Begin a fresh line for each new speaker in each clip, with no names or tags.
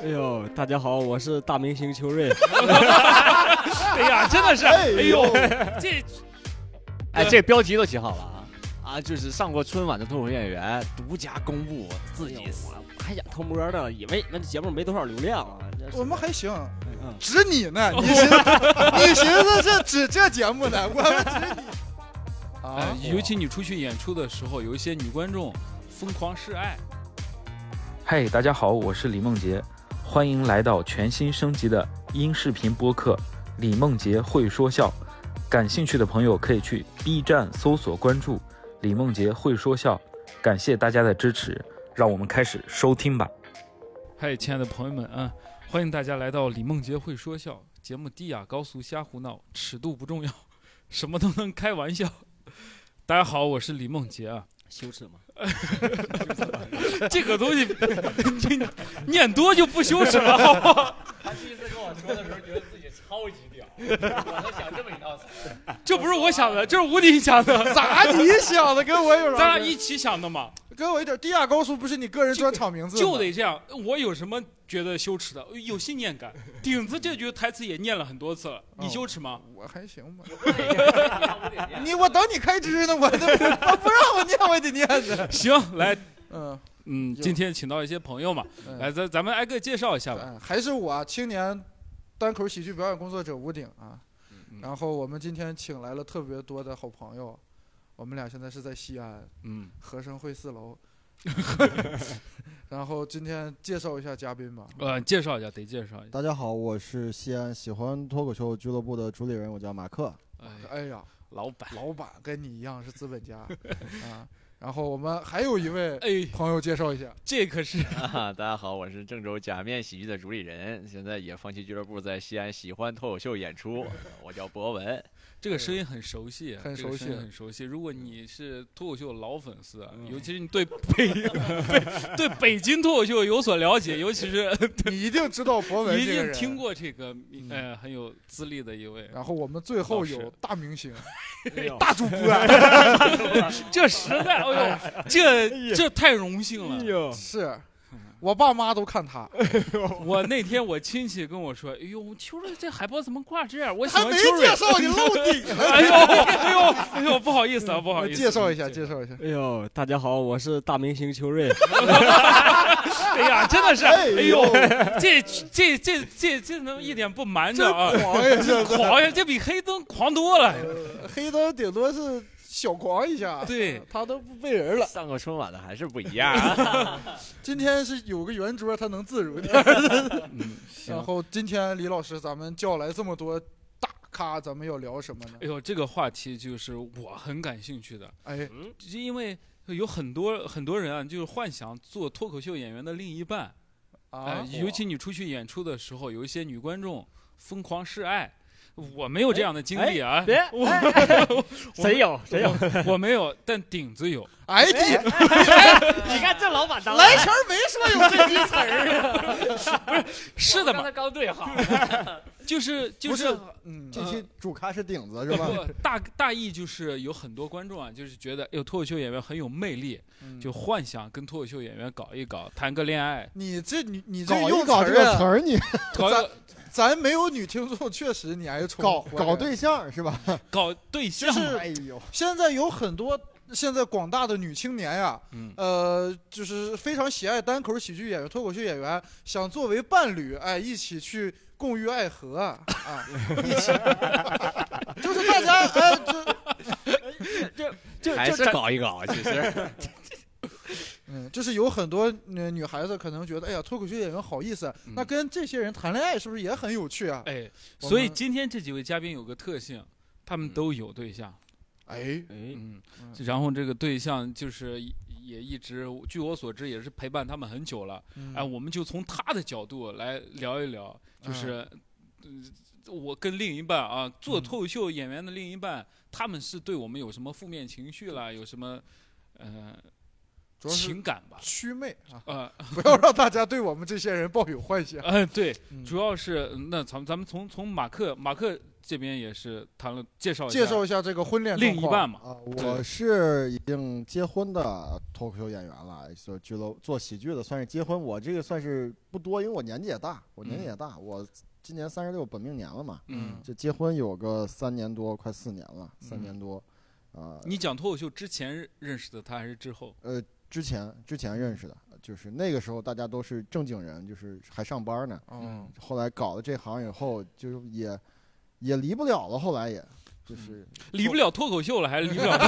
哎大家好，我是大明星秋 瑞。
哎呀，真的是，哎呦，
这
哎，这标题都起好了啊啊，就是上过春晚的脱口秀演员独家公布自己死
我还想哎偷摸的，以为你们节目没多少流量啊。这是
我们还行
嗯，
指你 呢，你寻你寻思这指这节目呢，我们指你啊
哎，，尤其你出去演出的时候，有一些女观众疯狂示爱，
嗨，大家好，我是李梦洁，欢迎来到全新升级的音视频播客《李梦洁会说笑》。感兴趣的朋友可以去 B 站搜索关注“李梦洁会说笑”。感谢大家的支持，让我们开始收听吧。
嗨，亲爱的朋友们啊，欢迎大家来到李梦洁会说笑节目，低雅高俗瞎胡闹，尺度不重要， 什么都能开玩笑。大家好，我是李梦 洁啊。
羞耻吗？
这个东西， 你念多就不羞耻 了，好不好？
他第一次跟我说的时候，觉得自己超级屌，我在想这么一套词。
这不是我想的，这是吴迪想的，
咋你想的跟我有
咱
啥
俩
关系？
一起想的嘛，
跟我一点低雅高俗不是你个人专场 名字吗，
就得这样。我有什么觉得羞耻的？有信念感。顶子这句台词也念了很多次了，你
哦
羞耻 吗？
我还行吧。你我等你开支呢，我这不我不让我念，我得念的。
行，来，
嗯，
嗯，
就
今天请到一些朋友嘛，
嗯
来，咱咱们挨个介绍一下吧。
嗯，还是我啊青年单口喜剧表演工作者吴鼎啊。
嗯
然后我们今天请来了特别多的好朋友，我们俩现在是在西安
嗯，
和生汇 四楼。然后今天介绍一下嘉宾吧。
呃，介绍一下，得介绍一下。
大家好，我是西安喜欢脱口秀俱乐部的主理人，我叫马克。
哎，
哎呀，
老板，
老板跟你一样是资本家啊。然后我们还有一位
哎，
朋友介绍一下，
这可是
哎
啊，大家好，我是郑州假面喜剧的主理人，现在野放弃俱乐部在西安喜欢脱口秀演出，我叫博文。
这个声音很熟悉，啊
很
这个
熟
声音
悉嗯
很熟悉。如果你是脱口秀老粉丝啊，
嗯
尤其是你对北 北对北京脱口秀有所了解，尤其 是
你一定知道博文
一
这
定
个人。嗯啊
听。过这个呃很有资历的一位，
然后我们最后
老
有
师
大明星、
哎呦
大主播，
这实在， 哎呦，这这太荣幸
哎
了。
呦，
是
嗯
我爸妈都看他，
我那天我亲戚跟我说，哎呦，秋瑞这海报怎么挂这样？我喜
还
欢
没
秋瑞
介。绍你露 底了。
哎呦，哎呦，哎呦，不好意思啊，不好意思。
介绍一下，介绍一下。
哎呦，大家好，我是大明星秋瑞。
哎呀，真的是，哎
哎
呦，这这这这这能一点不瞒着啊！
狂呀，这
狂呀，这比黑灯狂多了。
黑灯顶多是小狂一下，
对，
他都不背人了。
上过春晚的还是不一样啊！
今天是有个圆桌，他能自如点儿。
嗯，
然后今天李老师，咱们叫来这么多大咖，咱们要聊什么呢
哎？呦，这个话题就是我很感兴趣的，
哎，
就因为有很多很多人啊，就是幻想做脱口秀演员的另一半，哎
啊，
尤其你出去演出的时候，有一些女观众疯狂示爱。我
哎
没有这样的经 历啊，
别，哎
我
谁有谁有？
我没有，但顶子有。
哎，你
你看这老板当
来前儿没说有这句，
是的嘛，
刚对好，
就是就
不
是
是，嗯，
这期主咖是顶 子是吧？
不大大意就是有很多观众啊，就是觉得哎呦脱口秀演员很有魅力，
嗯
就幻想跟脱口秀演员搞一搞，谈个恋爱，
你这你你这
搞
用
一搞这个词
儿啊，
儿， 你
搞
咱咱没有女听众，确实你挨冲
搞
活该
搞对象是吧？
搞对象
就，是
哎呦，
现在有很多现在广大的女青年呀，
嗯
呃，就是非常喜爱单口喜剧演员、脱口秀演员，想作为伴侣，哎，一起去共浴爱河啊，啊 一起，就是大家 哎，就
这
还
这
是
这
搞一搞，其实
嗯，就是有很多女女孩子可能觉得，哎呀，脱口秀演员好意思，啊
嗯
那跟这些人谈恋爱是不是也很有趣啊？
哎，
我们嗯
所以今天这几位嘉宾有个特性，他们都有对象，
哎，
哎，
嗯
嗯，
然后这个对象就是也也一直，据我所知也是陪伴他们很久了，
嗯
哎，我们就从他的角度来聊一聊，就是，呃，我跟另一半啊，做
嗯
脱口秀演员的另一半，他们是对我们有什么负面情绪啦，有什么，呃，
主要是
情感吧？
祛魅啊，
呃，
不要让大家对我们这些人抱有幻想。
呃，对，
嗯
主要是嗯那咱们咱们从从马克马克这边也是谈了介绍一下
介绍一下这个婚恋状
另一
况
半嘛，
啊，我是已经结婚的脱口秀演员了，就俱乐做喜剧的算是结婚。我这个算是不多，因为我年纪也大，我年纪也大，我今年三十六本命年了嘛，
嗯，
这结婚有个三年多，快四年了，三
嗯
年多，啊、
你讲脱口秀之前认识的他还是之后？
呃，之前之前认识的，就是那个时候大家都是正经人，就是还上班呢。
嗯，
后来搞了这行以后，就是也也离不了了，后来也
嗯
就是
离不了脱口秀了，还离不了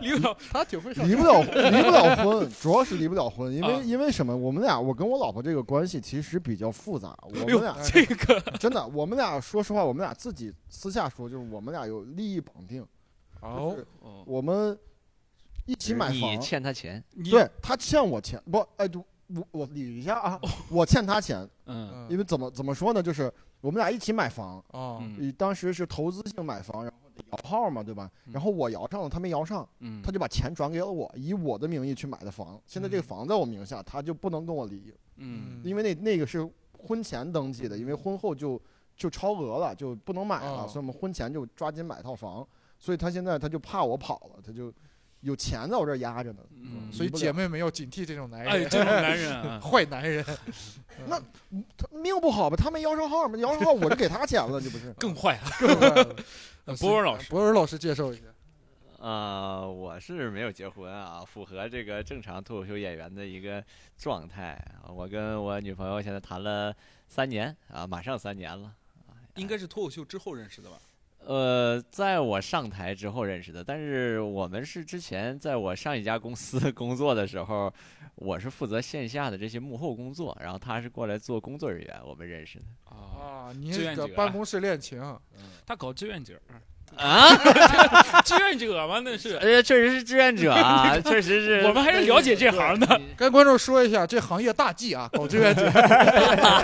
离离不了
他挺会上
离不了离不了婚，主要是离不了婚，因为
啊
因为什么？我们俩，我跟我老婆这个关系其实比较复杂。我
哎呦
们俩
这个
真的，我们俩说实话，我们俩自己私下说，就是我们俩有利益绑定，
嗯
哦，
哦，
我们一起买
你
房，
欠他钱，
你
对他欠我钱，不，哎，就我我理一下啊，
哦
我欠他钱，
嗯
嗯
因为怎么怎么说呢，就是我们俩一起买房，
哦，
嗯
当时是投资性买房，然后得摇号嘛，对吧？然后我摇上了，他没摇上，
嗯，
他就把钱转给了我，以我的名义去买的房。现在这个房在我名下，他就不能跟我离，
嗯
因为那那个是婚前登记的，因为婚后就就超额了，就不能买了，
哦
所以我们婚前就抓紧买套房。所以他现在他就怕我跑了，他就有钱在我这儿压着呢。
嗯，
所以姐妹们要警惕这种男
哎，
人，，
这种男人啊？
坏男人。
那嗯他命不好吧？他没摇上号嘛，摇上号我就给他钱了，这不是
更坏啊了。
呃
博文老师，
博文老师介绍一下。
啊，我是没有结婚啊，符合这个正常脱口秀演员的一个状态啊。我跟我女朋友现在谈了三年啊，马上三年了。
应该是脱口秀之后认识的吧？
呃，在我上台之后认识的，但是我们是之前在我上一家公司 工作的时候，我是负责线下的这些幕后工作，然后她是过来做工作人员，我们认识的。
啊，
啊，你
志
这
愿
个
者
办公室恋情，
他搞志愿者，
啊，
志愿者嘛，那 是
呃，确实是志愿者 啊，确实是。
我们还是了解这行的。
跟观众说一下这行业大忌啊，搞志愿者，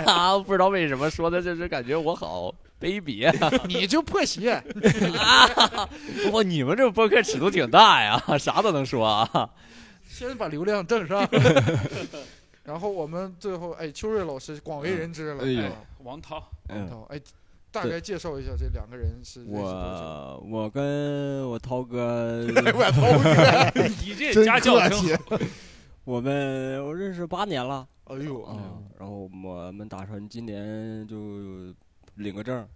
啊，不知道为什么说的，就是感觉我好卑鄙啊！
你就破鞋。
哇，你们这播客尺度挺大呀， 啥都能说啊。
先把流量挣上。然后我们最后，哎，秋瑞老师广为人知了。
哎呦
啊
王 涛，
王涛，哎，大概介绍一下这两个人是认识多
我我跟我涛 哥，
久？我涛哥，
你这家教真好。
我们我认识八年了
哎呦，
啊，然后我们打算今年就领个证，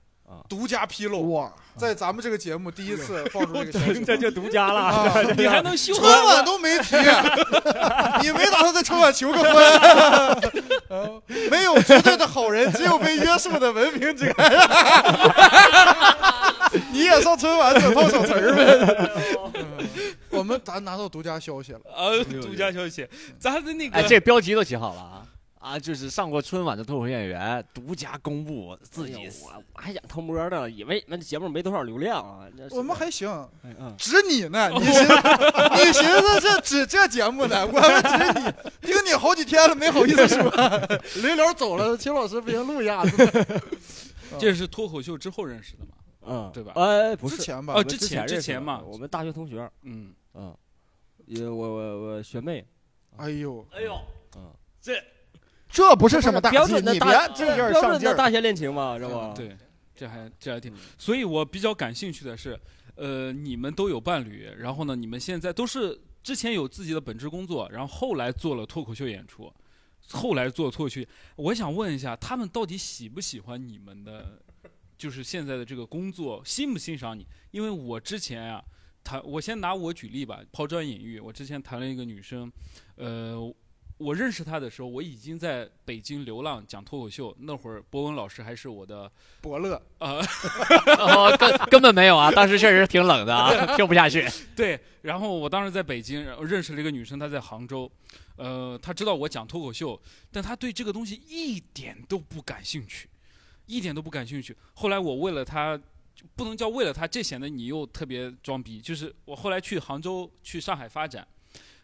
独家披露，
哇，
在咱们这个节目第一次放出这个消息，
就独家了
啊，
你还 能修合
春晚都 没提，你没打算在春晚求个婚？ 啊没有绝对的好人，只有被约束的文 凭者。你也上春晚整套小词儿呗？嗯 我们咱拿到独家消息了，
呃，独家消息，咱的那
哎，
个
这标题都起好了啊。啊，就是上过春晚的脱口秀演员独家公布自己死，
哎我我还想偷摸的，以为那节目没多少流量啊，那是
我们还行，
哎嗯，
指你 呢，你寻你寻思这指这节目呢，我们指你，盯你好几天了，没好意思说。临了走了，秦老师不行，录一下子。
这是脱口秀之后认识的嘛？
嗯，
对吧
哎，不
之
是，
前吧
哦，，
之
之前之
认识的
前嘛，
我们大学同学，
嗯，
嗯，也我我我学妹，
哎呦，
哎呦，
这不是什么大
标
忌，
准的
你别
大
这劲儿
标
上
准
劲
的
儿。
大学恋情嘛，是吧？，
对，这还这还挺，所以我比较感兴趣的是，呃，你们都有伴侣，然后呢，你们现在都是之前有自己的本职工作，然后后来做了脱口秀演出，后来做脱口秀，我想问一下，他们到底喜不喜欢你们的，就是现在的这个工作，欣不欣赏你？因为我之前啊。谈我先拿我举例吧，抛砖引玉。我之前谈了一个女生，呃，我认识她的时候，我已经在北京流浪讲脱口秀。那会儿博文老师还是我的
伯乐，
呃，
哦、根根本没有啊，当时确实挺冷的 啊，听不下去。
对，然后我当时在北京，然后认识了一个女生，她在杭州，呃，她知道我讲脱口秀，但她对这个东西一点都不感兴趣，一点都不感兴趣。后来我为了她，就不能叫为了她，这显得你又特别装逼。就是我后来去杭州、去上海发展，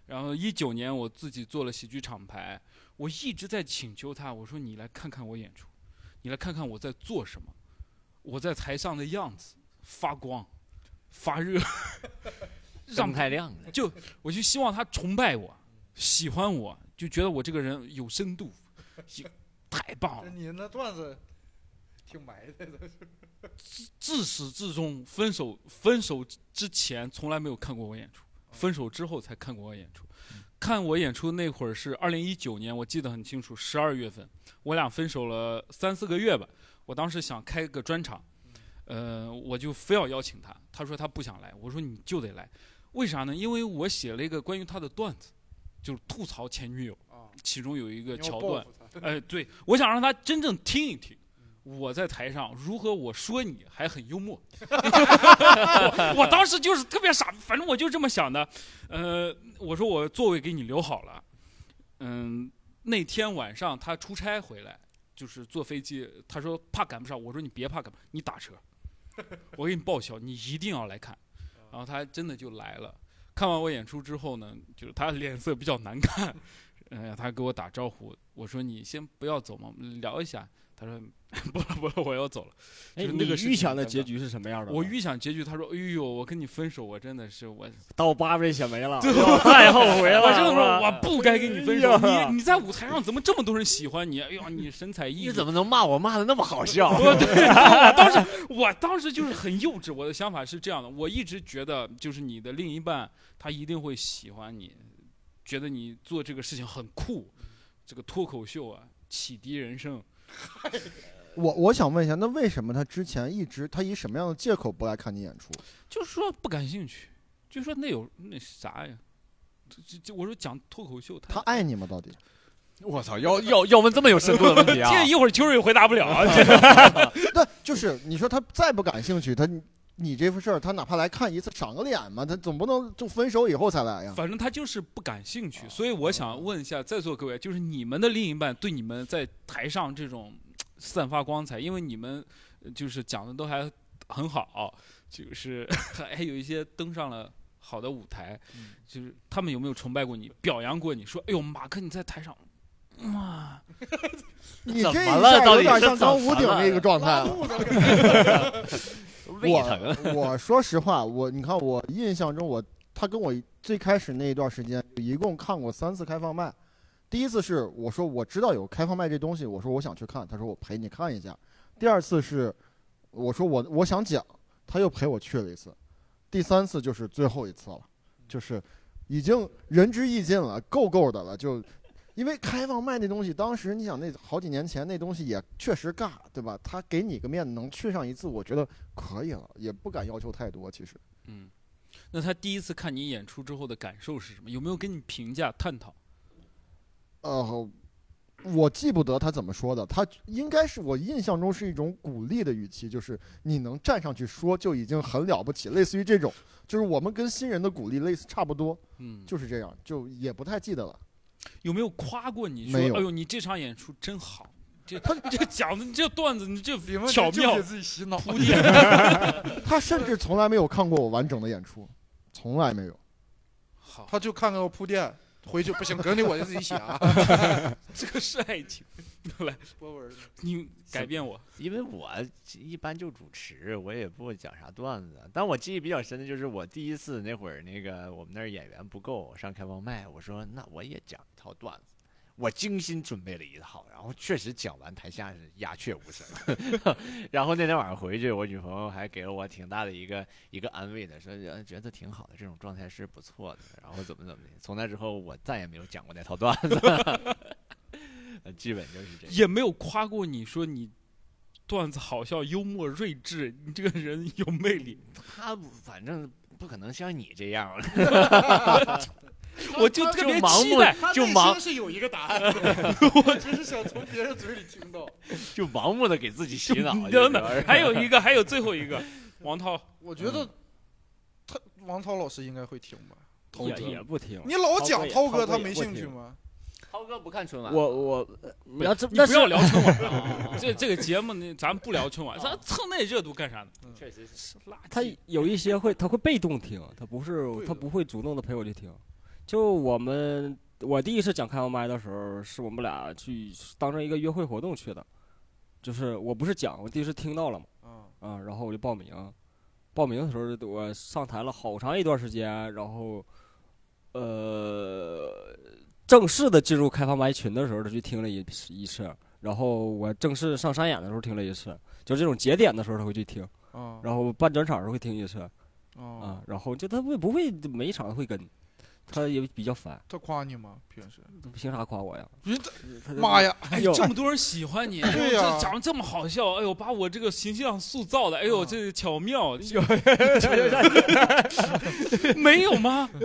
然后一九年我自己做了喜剧厂牌，我一直在请求她，我说你来看看我演出，你来看看我在做什么，我在台上的样子，发光，发热。让
张太亮了，
我就希望他崇拜我，喜欢我，
哦
就觉得我这个人有深度，有太棒了。
你那段子挺埋汰的，
自始至终，分手分手之前从来没有看过我演出，分手之后才看过我演出。看我演出那会儿是二零一九年，我记得很清楚，十二月份，我俩分手了三四个月吧。我当时想开个专场，呃，我就非要邀请他，他说他不想来，我说你就得来，为啥呢？因为我写了一个关于他的段子，就是吐槽前女友
哦
啊，
其中有一个
你要
桥
报
段，
复他
哎，对，我想让他真正听一听。我在台上如何我说你还很幽默， 我我当时就是特别傻，反正我就这么想的。呃，我说我座位给你留好了。嗯，那天晚上他出差回来，就是坐飞机，他说怕赶不上，我说你别怕赶不上，你打车， 我给你报销，你一定要来看。然后他还真的就来了。看完我演出之后呢，就是他脸色比较难看，哎呀，他给我打招呼，我说你先不要走嘛，我们聊一下。他说 不了不了，我要走了。
哎，
就是
你
那个事
预
情
想的
真
结局是什么样的呢？
我预想结局，他说：“哎呦，我跟你分手，我真的是我，
刀疤被写没了，太后悔了。
我真的说
哎哇
我不该跟你分手。
哎呀
你你在舞台上怎么这么多人喜欢你？哎呦，你神采
你
奕
怎
奕。
么能骂我骂的那么好笑？
我对，我当时我当时就是很幼稚，我的想法是这样的，我一直觉得就是你的另一半他一定会喜欢你，觉得你做这个事情很酷，这个脱口秀啊，启迪人生。
我我想问一下，那为什么他之前一直他以什么样的借口不来看你演出？
就说不感兴趣，就说那有那啥呀？这这这，我说讲脱口秀，
他爱你吗？到底？
我操，要要要问这么有深度的问题啊！
这一会儿秋水回答不了啊。
对，就是你说他再不感兴趣，他你这事儿，他哪怕来看一次赏个脸嘛，他总不能就分手以后才来呀。
反正他就是不感兴趣，所以我想问一下在座各位，就是你们的另一半对你们在台上这种嘖散发光彩，因为你们呃就是讲的都还很好，就是 还有一些登上了好的舞台，就是他们有没有崇拜过你，表扬过你说，哎呦，马克你在台上，哇，
你
怎
这一
么了
下
到
有
底
点
是
像
怎
刚
么
屋顶
了
那个状态
拉
了。
肚子了。
胃疼，
我我说实话，我你看我印象中我他跟我最开始那一段时间，一共看过三次开放麦。第一次是我说我知道有开放麦这东西，我说我想去看，他说我陪你看一下。第二次是我说我我想讲，他又陪我去了一次。第三次就是最后一次了，就是已经仁至义尽了，够够的了。就因为开放麦那东西，当时你想那好几年前那东西也确实尬，对吧？他给你个面子，能去上一次，我觉得可以了，也不敢要求太多。其实
嗯，那他第一次看你演出之后的感受是什么？有没有跟你评价探讨？
呃，我记不得他怎么说的，他应该是我印象中是一种鼓励的语气，就是你能站上去说就已经很了不起，类似于这种，就是我们跟新人的鼓励类似差不多，
嗯，
就是这样，就也不太记得了。
有没有夸过你说
没有
哎呦，你这场演出真好，这 这讲的你这段子，你这
李梦洁
巧
就
妙
给自己洗脑，
铺垫。
他甚至从来没有看过我完整的演出，从来没有。
好，
他就看看我铺垫，回去不行，梗里我就自己写啊。
这个是爱情。来，
博文呢
你改变我，
因为我一般就主持，我也不讲啥段子。但我记忆比较深的就是我第一次那会儿，那个我们那儿演员不够，我上开放麦，我说那我也讲一套段子。我精心准备了一套，然后确实讲完，台下是鸦雀无声。 然后那天晚上回去，我女朋友还给了我挺大的一个一个安慰的，说呃觉得挺好的，这种状态是不错的。然后怎么怎么的，从那之后我再也没有讲过那套段子，呃 基本就是这样。
也没有夸过你说你段子好笑、幽默、睿智，你这个人有魅力。
他不反正不可能像你这样儿，
我就特别
就盲
期
目
待，
他
就
内
忙
心是有一个答案 的，我只是想从别人嘴里听到。
就盲目的给自己洗脑。就是
等 等，还有一个，还有最后一个，王涛
我觉得他王涛老师应该会听吧？
涛
也
哥
也不听。
你老讲
涛
涛
哥也
哥，
涛哥
他
也
没兴
不
趣
听
吗？
涛哥不看春晚，
我我呃你要这
你
那
不
是
要聊春晚了，这这个节目呢，咱不聊春晚，咱蹭那热度干啥呢？
确实是
是垃圾
他有一些会他会被动听，他不是
对
他
的
不会主动的陪我去听。就我们我第一次讲开放麦的时候，是我们俩去当成一个约会活动去的，就是我不是讲，我第一次听到了嘛。
啊，
啊，然后我就报名，报名的时候我上台了好长一段时间，然后，呃，正式的进入开放麦群的时候，他去听了一一次，然后我正式上山演的时候听了一次，就这种节点的时候他会去听，
啊
然后办专场的时候会听一次
啊
啊，，然后就他会不会每一场都会跟，他也比较烦，
他夸你吗？平 时？
凭啥夸我呀？他就
嗯妈呀！
哎
哎，
呦
这么多人喜欢你，哎呦，
对呀
这长得这么好笑，哎呦，把我这个形象塑造的，哎呦，
啊
这巧妙， 没有吗？
哎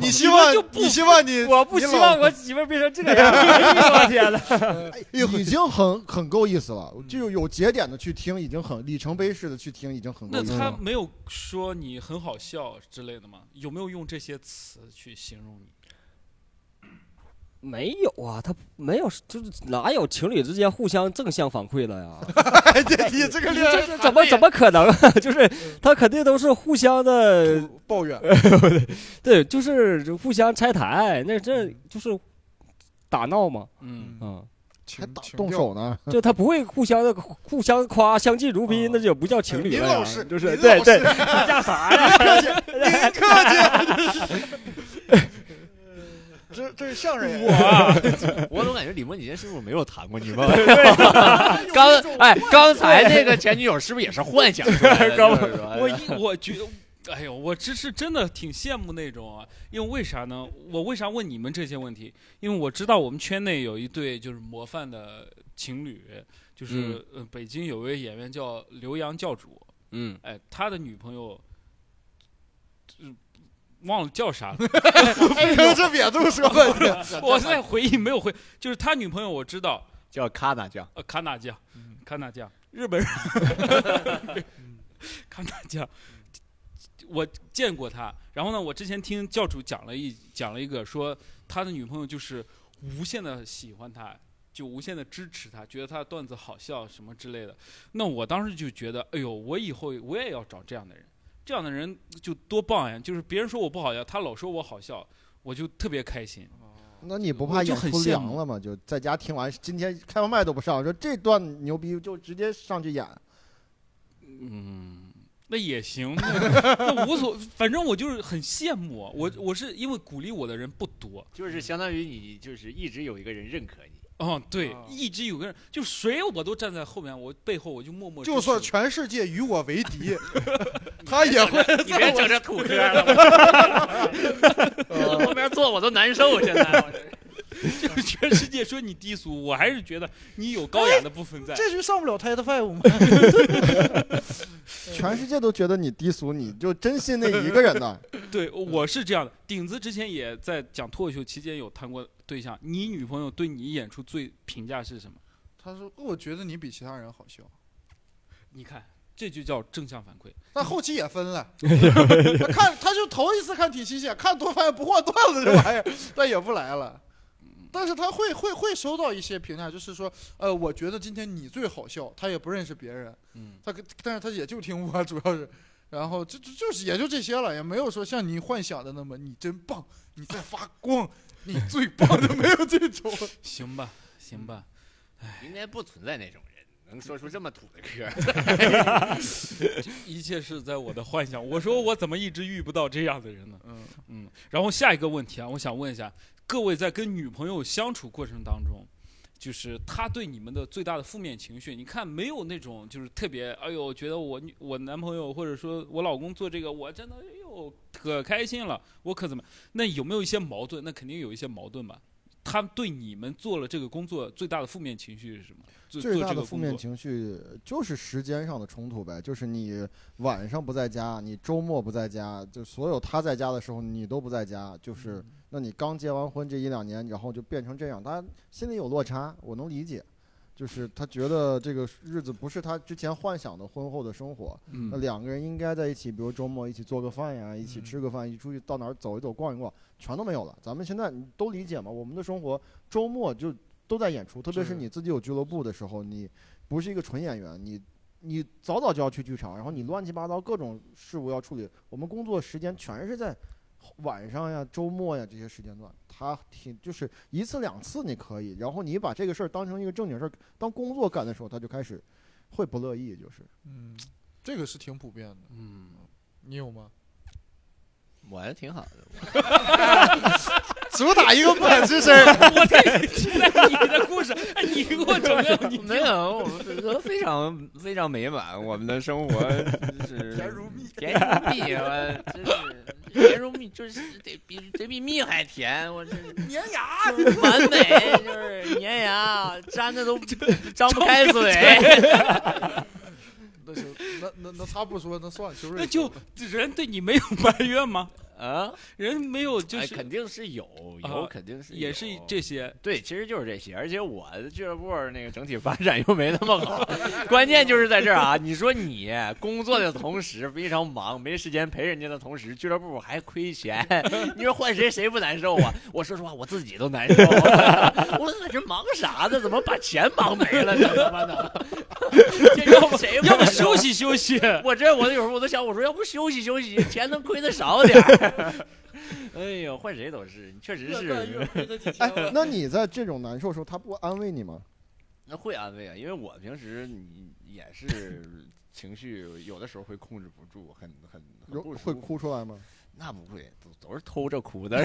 你希望
就不
你希望 你
我不
你
希
老
望我媳妇儿变成这个样儿，我天呐！
哎
已经很很够意思了，
嗯
就有节点的去听，已经很里程碑式的去听，已经很够
那
意思
他
了。
没有说你很好笑之类的吗？有没有用这些词去形容你？
没有啊，他没有，就是哪有情侣之间互相正向反馈的呀？
哎，对你 这个
你
是
这怎么怎么可能 啊？就是他肯定都是互相的，
抱怨，
对，就是互相拆台，那这
嗯
就是打闹嘛，
嗯，
嗯，
情
还打
情
动
调
手呢，
就他不会互相的互相夸，相敬如宾，那就不叫情侣
林
了呀
嗯哎老师，
就是
林
对
老
对
师，
干啥呀？
这这是相声演员，
我啊，
我总感觉李梦洁是不是没有谈过女朋友？刚哎，刚才那个前女友是不是也是幻想出来 的？就是说
我一嗯我觉得。哎呦，我这是真的挺羡慕那种啊，因为为啥呢？我为啥问你们这些问题？因为我知道我们圈内有一对就是模范的情侣，就是、呃北京有位演员叫刘洋教主，
嗯，
哎，他的女朋友，呃忘了叫啥了，
哎，这别这么说吧，
我在回忆没有回，就是他女朋友我知道，
叫卡纳酱，
呃，卡纳酱
嗯，
卡纳酱，日本人， 卡纳酱，我见过他。然后呢，我之前听教主讲了一讲了一个，说他的女朋友就是无限的喜欢他，就无限的支持他，觉得他的段子好笑什么之类的。那我当时就觉得，哎呦，我以后我也要找这样的人，这样的人就多棒呀！就是别人说我不好笑，他老说我好笑，我就特别开心。
那你不
我
怕
就
演
很
出
羡
凉
慕
了吗？就在家听完，今天开放麦都不上，说这段牛逼就直接上去演。
嗯，那也行，那那无所，反正我就是很羡慕啊我，我是因为鼓励我的人不多。
就是相当于你就是一直有一个人认可你。
哦，对，
啊
一直有个人，就谁我都站在后面，我背后我就默默支持。
就算全世界与我为 敌，他也会
你别整 这土歌了，我我后面坐我都难受，现在。
就是全世界说你低俗，我还是觉得你有高雅的部分在。
哎这就上不了 Title Five 吗？
全世界都觉得你低俗，你就 真信那一个人呐。
对，我是这样的。顶子之前也在讲脱口秀期间有谈过对象，你女朋友对你演出最评价是什么？
他说，我觉得你比其他人好笑。
你看，这就叫正向反馈。
但后期也分 了，他看他就头一次看挺新鲜，看多发现不换段子这玩意儿，但也不来了。但是他会会会收到一些评价，就是说，呃，我觉得今天你最好笑，他也不认识别人，
嗯，
他跟但是他也就听我，主要是，然后就就就是也就这些了，也没有说像你幻想的那么你真棒，你在发光，你最棒的没有 这种。
行吧，行吧。
应该不存在那种人能说出这么土的歌。
一切是在我的幻想。我说我怎么一直遇不到这样的人呢？
嗯，
嗯，然后下一个问题啊，我想问一下各位，在跟女朋友相处过程当中，就是她对你们的最大的负面情绪，你看没有那种就是特别，哎呦，觉得我女我男朋友或者说我老公做这个，我真的哎呦可开心了，我可怎么？那有没有一些矛盾？那肯定有一些矛盾吧。他对你们做了这个工作最大的负面情绪是什么？做
最
做
大
这
的
个
负
工
面
作，
情绪就是时间上的冲突呗，就是你晚上不在家，你周末不在家，就所有他在家的时候你都不在家，就是
嗯
那你刚结完婚这一两年，然后就变成这样，他心里有落差，我能理解。就是他觉得这个日子不是他之前幻想的婚后的生活，那
嗯
两个人应该在一起，比如周末一起做个饭呀，一起
嗯
吃个饭，一起出去到哪儿走一走、逛一逛，全都没有了。咱们现在你都理解嘛？我们的生活周末就都在演出，特别
是
是你自己有俱乐部的时候，你不是一个纯演员，你你早早就要去剧场，然后你乱七八糟各种事务要处理。我们工作时间全是在晚上呀、周末呀这些时间段，他挺就是一次两次你可以，然后你把这个事儿当成一个正经事儿，当工作干的时候，他就开始会不乐意，就是。
嗯，这个是挺普遍的，
嗯，
你有吗？
我还挺好的，
主打一个不敢吱声。
我得期待你的故事，哎你给 我整个你
没有， 我们非常非常美满，我们的生 活真是甜如蜜，甜如蜜，我真是甜如蜜，就是得比得比蜜还甜，我这
粘牙，
完美，就是粘牙，粘的都张不开嘴。
那行，那那那他不说，那算了，修睿
那就 人对你没有埋怨吗？
啊，
人没有就
哎，
是、
肯定是有，有
啊
肯定是
也
有
是这些，
对，其实就是这些，而且我的俱乐部儿那个整体发展又没那么好， 关键就是在这儿啊！你说你工作的同时非常忙，没时间陪人家的同时，俱乐部还亏钱，你说换谁谁不难受啊？ 我说实话，我自己都难受，啊 我在这忙啥呢？怎么把钱忙没了呢？他妈的，这让谁
要
不
不
难受
休？息休息。
我这我有时候我都想，我说要不休息休息，钱能亏的少点儿。 哎呦，换谁都是，确实是。
哎，那你在这种难受的时候，他不安慰你吗？
那会安慰啊，因为我平时你也 是情绪有的时候会控制不住，很很很
有
不舒
会
服
哭，出来吗？
那不会，都都是偷着 哭的，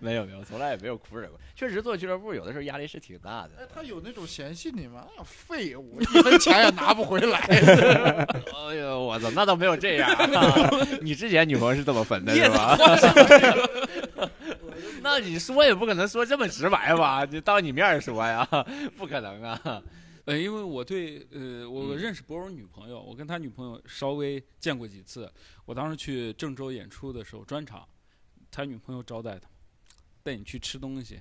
没有没有，从来也没有哭着过。确实做俱乐部有的时候压力是挺大
哎
的，，
他有那种嫌弃你吗？哎呀，废 物， 一分钱也拿不回来。
哎呦我操，那倒没有这 样、你之前女朋友是这么分的
你也
是吧？ 那你说也不可能说这么直白吧？你当你面儿说呀，不可能啊。
呃，因为我对呃，我
嗯
认识博文女朋友，我跟她女朋友稍微见过几次。我当时去郑州演出的时候，专场，他女朋友招待他，带你去吃东西，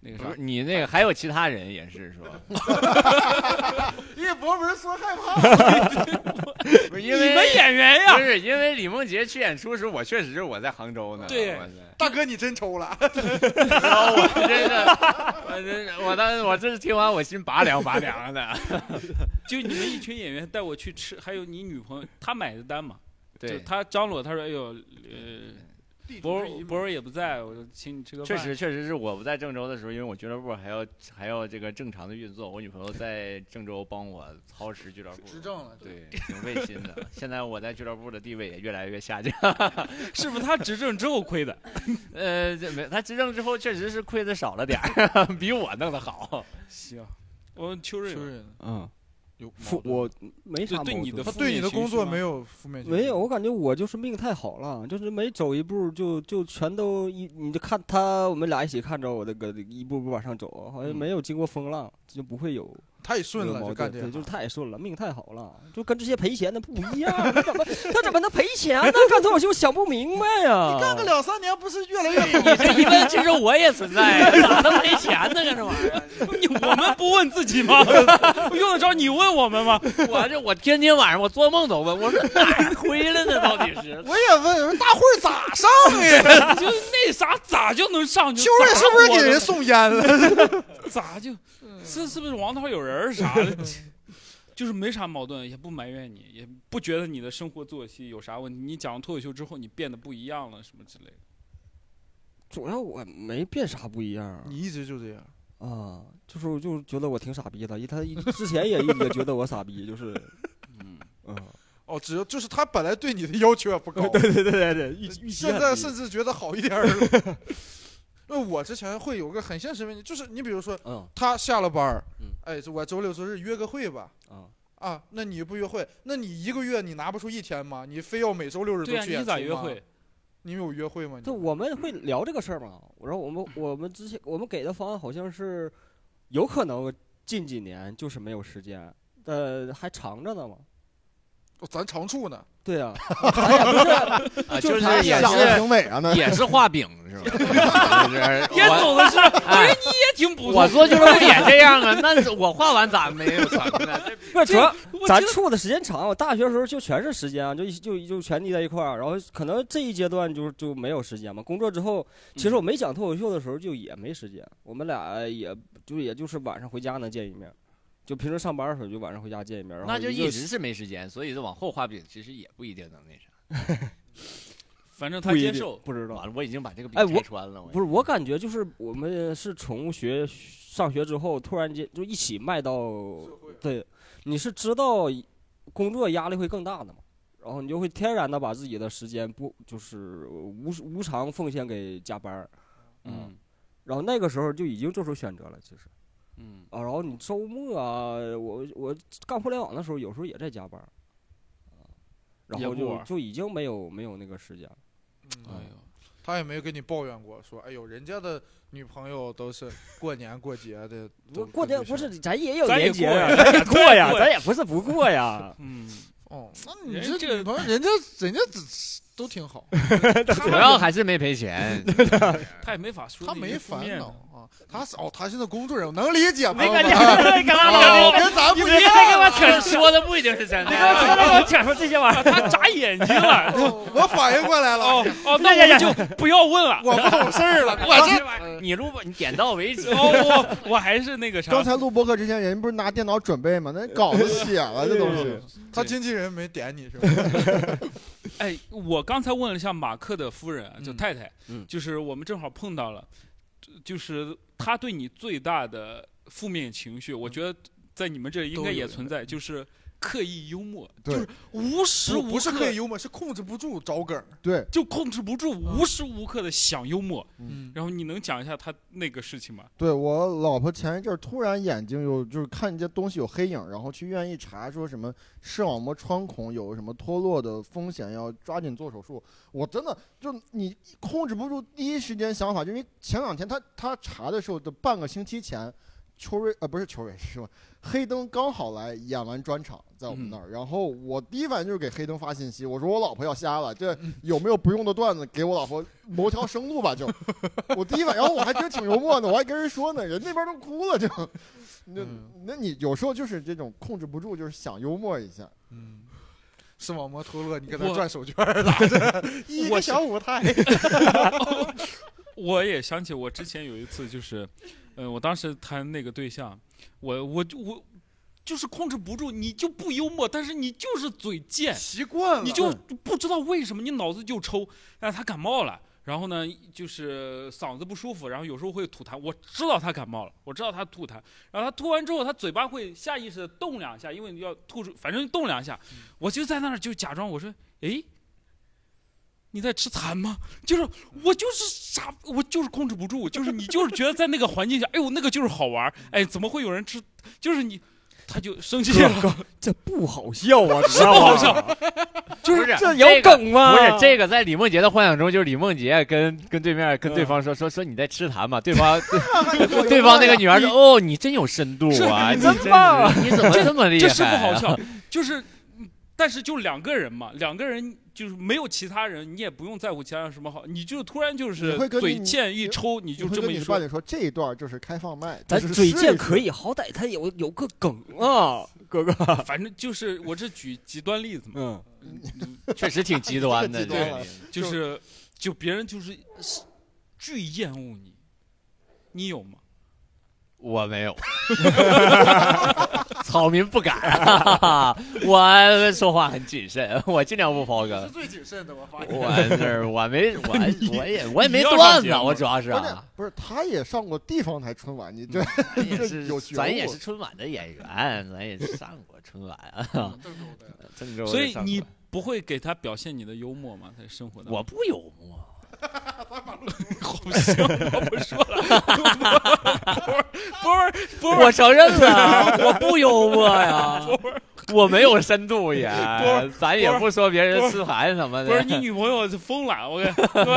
那个
不
啥
是，你那个还有其他人也是是吧？
因为博文说害怕，
不是
你
因为
们演员
不
呀，
是因为李梦洁去演出时，我确实我在杭州呢。
对
我在
大哥你真抽了。
然后我真的， 我真是，我当时我真是听完我心拔凉拔凉的。
就你们一群演员带我去吃，还有你女朋友，她买的单嘛，就
对，
她张罗，她说哎呦，呃，博文博文也不在，我说请你吃个
确
饭。
实确实是我不在郑州的时候，因为我俱乐部还要还要这个正常的运作，我女朋友在郑州帮我操持俱乐部。
执政了，
对，挺费心的。现在我在俱乐部的地位也越来越下降。
是不是他执政之后亏的？
呃，这没他执政之后，确实是亏的少了点儿， 比我弄得好。
行，我秋瑞
确
吧，
实
嗯，
有
负我没啥
就对
矛
你
盾
的
他对你的工作没有负面情绪，
没有，我感觉我就是命太好了，就是每走一步就就全都一，你就看他，我们俩一起看着我这个一步步往上走，好像没有经过风浪，就不会有
太顺
有
了，
矛
就干
盾，
这
对，
个，
就是太顺了，命太好了，就跟这些赔钱的不一 样，他怎么他怎么能赔钱呢？看脱口秀想不明白呀，
干个两三年不是越来哎越
你 这一般，其实我也存在，咋能赔钱呢？这玩意儿。
你我们不问自己吗？ 用得着你问我们吗？
我这我天天晚上我做梦都问，我说哪儿亏了呢？到底是
我也问，大会儿咋上呀？
就那啥，咋就能上去？
秋瑞是不是给人送烟了？
咋就？是是不是王涛有人儿啥的？ 就是没啥矛盾，也不埋怨你，也不觉得你的生活作息有啥问题。你讲了脱口秀之后，你变得不一样了，什么之类的。
主要我没变啥不一样
你一直就这样，
啊，就是我就觉得我挺傻逼的，一他一之前也也觉得我傻逼，就是
嗯，
嗯，
哦，只有就是他本来对你的要求也不高，
对对对对对，
现在甚至觉得好一点儿了。 因为我之前会有个很现实问题，就是你比如说
嗯
他下了班儿
嗯，
哎，我周六周日约个会吧。
啊，
啊，那你不约会，那你一个月你拿不出一天吗？你非要每周六日都
对呀、啊
去演啊
你
出吗？
咋约会？？
你有约会吗？你
对，我们会聊这个事儿嘛。然后我们我们之前我们给的方案好像是，有可能近几年就是没有时间，呃，还长着呢嘛。
哦咱长处呢，
对 啊，咱也不是
啊，
就是是
也
想的
是
挺美啊，那
也是画饼是吧？ 就是
也
我
走的是，我
哎
说你也挺不错。
我做俱乐部也这样啊，那我画完咋没有成呢？这
不是主要
我
咱
觉得
处的时间长，我大学时候就全是时间啊，就一就就全腻在一块儿。然后可能这一阶段就就没有时间嘛。工作之后，其实我没讲脱口秀的时候就也没时间，我们俩也就也就是晚上回家能见一面，就平时上班的时候就晚上回家见一面。然后
那就
一个
一直是没时间，所以就往后画饼其实也不一定能那啥。
反正他
不一
接
定
受，
不知道
完。了，我已经把这个饼
哎
拆
我
穿了，我
不是，我感觉就是我们是从学上学之后，突然间就一起迈到，对，你是知道工作压力会更大的嘛，然后你就会天然的把自己的时间不就是无无偿奉献给加班儿，嗯
嗯
然后那个时候就已经做出选择了，其实
嗯
啊，然后你周末啊，我我干互联网的时候，有时候也在加班儿，啊，
也
然后
不玩
就
儿
就已经没有没有那个时间了。
哎呦，
他也没有跟你抱怨过，说哎呦，人家的女朋友都是过年过节的，都
我过
跟
年
这
不
事
是咱也有
咱也
年节
过
呀，
呀
咱也过呀，
过呀
咱也不是不过呀。
嗯，
哦，那你
人这
这女朋友，人家人家只都 挺好，
主要还是没赔 钱。
他也没法说
他
那
没
些负
烦
面
恼
的
啊，他是哦，他现在工作人，我能理解吗？
没感觉，
啊
干嘛
哦
呢？
跟咱
你
不一
别
样
跟我
啊。
扯，
说的不一定是真
你跟我扯，别跟我扯出这些玩意儿。
他眨眼睛了。
哦我反应过来
哦
了，
哦，那我们就不要问了。
我不懂 事儿了，我这
你录吧，你点到为止。
哦，我我还是那个啥，
刚才录播客之前，人不是拿电脑准备吗？那稿子写 了，啊这都
嗯
是。
他经纪人没点你是 吧？
哎，我刚才问了一下马克的夫人，啊就
嗯
太太，
嗯
就是我们正好碰到了，就是他对你最大的负面情绪，
嗯
我觉得在你们这应该也存在，就是刻意幽默，就
对
是无时
不
无
不是刻
刻
意幽默，是控制不住找梗儿。
对，
就控制不住，无时无刻的想幽默。
嗯，
然后你能讲一下他那个事情吗？
对我老婆前一阵儿突然眼睛有，就是看见东西有黑影，然后去医院一查，说什么视网膜穿孔有什么脱落的风险，要抓紧做手术。我真的就你控制不住第一时间想法，就因为前两天她她查的时候的半个星期前，秋瑞呃不是秋瑞是吧？黑灯刚好来演完专场在我们那儿，然后我第一反应就是给黑灯发信息，我说我老婆要瞎了，这有没有不用的段子给我老婆谋条生路吧就。 我第一晚，然后我还真挺幽默的，我还跟人说呢，人那边都哭了就。那、
嗯
那你有时候就是这种控制不住，就是想幽默一下。
嗯，视网膜脱落，你搁那
我
转手绢儿咋着？一
我
个小舞台。
我也想起我之前有一次，就是，呃，我当时谈那个对象，我我就我就是控制不住，你就不幽默，但是你就是嘴贱，
习惯了，
你就不知道为什么你脑子就抽。但他感冒了，然后呢，就是嗓子不舒服，然后有时候会吐痰。我知道他感冒了，我知道他吐痰，然后他吐完之后，他嘴巴会下意识的动两下，因为你要吐出，反正动两下。我就在那儿就假装我说，诶，你在吃痰吗？就是我就是傻，我就是控制不住，就是你就是觉得在那个环境下，哎呦那个就是好玩儿，哎怎么会有人吃？就是你，他就生气了。
这不好笑啊，知道
好
吗？ 就
不是
这有
这个
梗吗？
不是这个，在李梦洁的幻想中，就是李梦洁跟跟对面跟对方说说说你在吃痰嘛，对方对对方那个女孩说哦，你真有深度啊，
是
你
你真棒
是你怎么这么厉害？
这
啊
是不好， 笑，就是，嗯但是就两个人嘛，两个人就是没有其他人，你也不用在乎其他人什么好，你就突然就是
你会跟
嘴
你
贱一抽，你
你
就
会
这么
跟你
一
的伴
说，
侣说这一段就是开放麦，
咱
就是
嘴
试
贱
一
可
试。
啊
以，好歹他有有个梗
哦
啊，哥哥。
反正就是我这举极端例子嘛，
嗯，
确实挺极端的。
极端了
对
就是就别人就是是巨厌恶你，你有吗？
我没有，草民不敢， 哈哈我说话很谨慎， 我尽量不刨
是
根。
最谨慎的，我发现。
我是我没我我也我也没
你要上
段
节
子，
目
我主要是
关键
啊，
不是，他也上过地方台春晚，你这
咱 也
这
是
有觉
咱也
悟
是春晚的演员，咱也上过春晚啊。郑州的
所以
上
你
过
不会给他表现你的幽默吗？在生活当中，
我不幽默，
不行，我不说了，不是不是不
我承认了，我不幽默呀，我没有深度也
波，
咱也不说别人私谈什么
是不是
的。
你女朋友就疯了，我给我给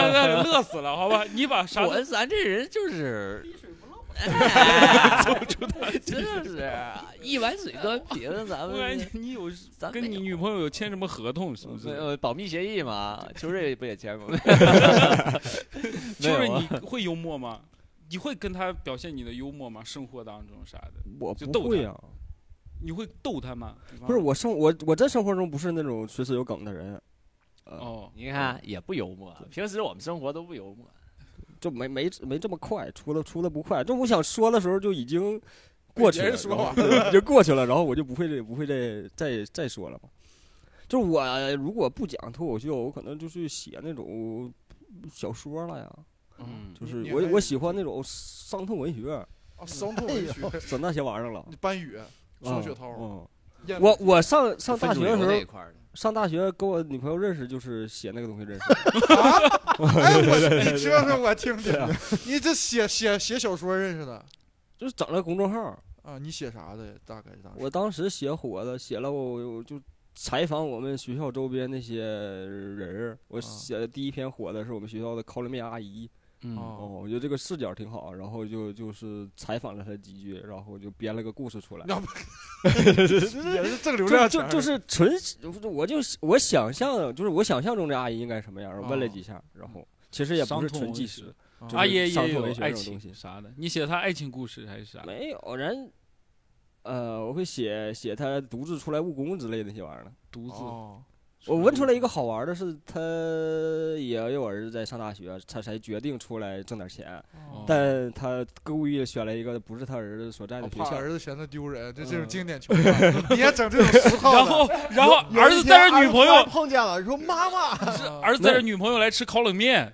乐死了，好吧？你把啥都
我咱这人就是滴水不漏，真的是 一碗水端平，
啊
咱
不然
们
你有
咱
跟你女朋友有签什么合同是
友
不是？
呃保密协议嘛，秋瑞不也签过吗？ 没
就
有
是
啊
你会幽默吗？你会跟他表现你的幽默吗？生活当中啥的，
我
就
不
逗
会
他
啊。
你会逗他吗？比方
不是我生我我在生活中不是那种随时有梗的人，啊
哦，
你看也不幽默，平时我们生活都不幽默。
就没没没这么快，出了出了不快。就我想说的时候就已经过去了，
被别人说
然后 对就过去了，然后我就不会再不会再再再说了嘛。就是我如果不讲脱口秀，我可能就去写那种小说了呀。
嗯，
就是
你
我
你还
我喜欢那种伤痛文学，
哦，生动文学，
整那些玩意儿了。
班宇、
啊
双雪涛，
嗯，
也
我我上上大
嗯分主
学的
流
时
那
候
一，块儿的，
上大学跟我女朋友认识就是写那个东西认识的。
哎，我啊你这是我听听，你这写写写小说认识的
就是整了公众号儿。
啊？你写啥的？大概是当时
我当时写火的，写了我我就采访我们学校周边那些人儿。我
啊
写的第一篇火的是我们学校的烤冷面阿姨。
嗯，
哦，
我觉得这个视角挺好，然后就就是采访了她几句，然后就编了个故事出来。
那也是正流
就
量
就
钱
就是纯，我就我想象，就是我想象中这阿姨应该什么样，然后问了
哦
几下，然后其实也
伤
不是
痛
纯
文
纪
学
实，
啊
就是
阿爷
上
也
错
有
文学
爱
这种东西
情啥的，你写他爱情故事还是啥？
没有人，呃，我会写写她独自出来务工之类的那些玩意儿的。
独自，
哦，
我问出来一个好玩的是，他也有儿子在上大学，他才决定出来挣点钱，
哦
但他故意选了一个不是他儿子所在的学
哦怕
校。
儿子嫌他丢人，这这种
嗯
经典桥段，你也整这种 俗套的。
嗯哦然后然后
有
儿
一
子
天
带着女朋
突然
友，
碰见了，说妈妈，
啊
儿子带着女朋友来吃烤冷面，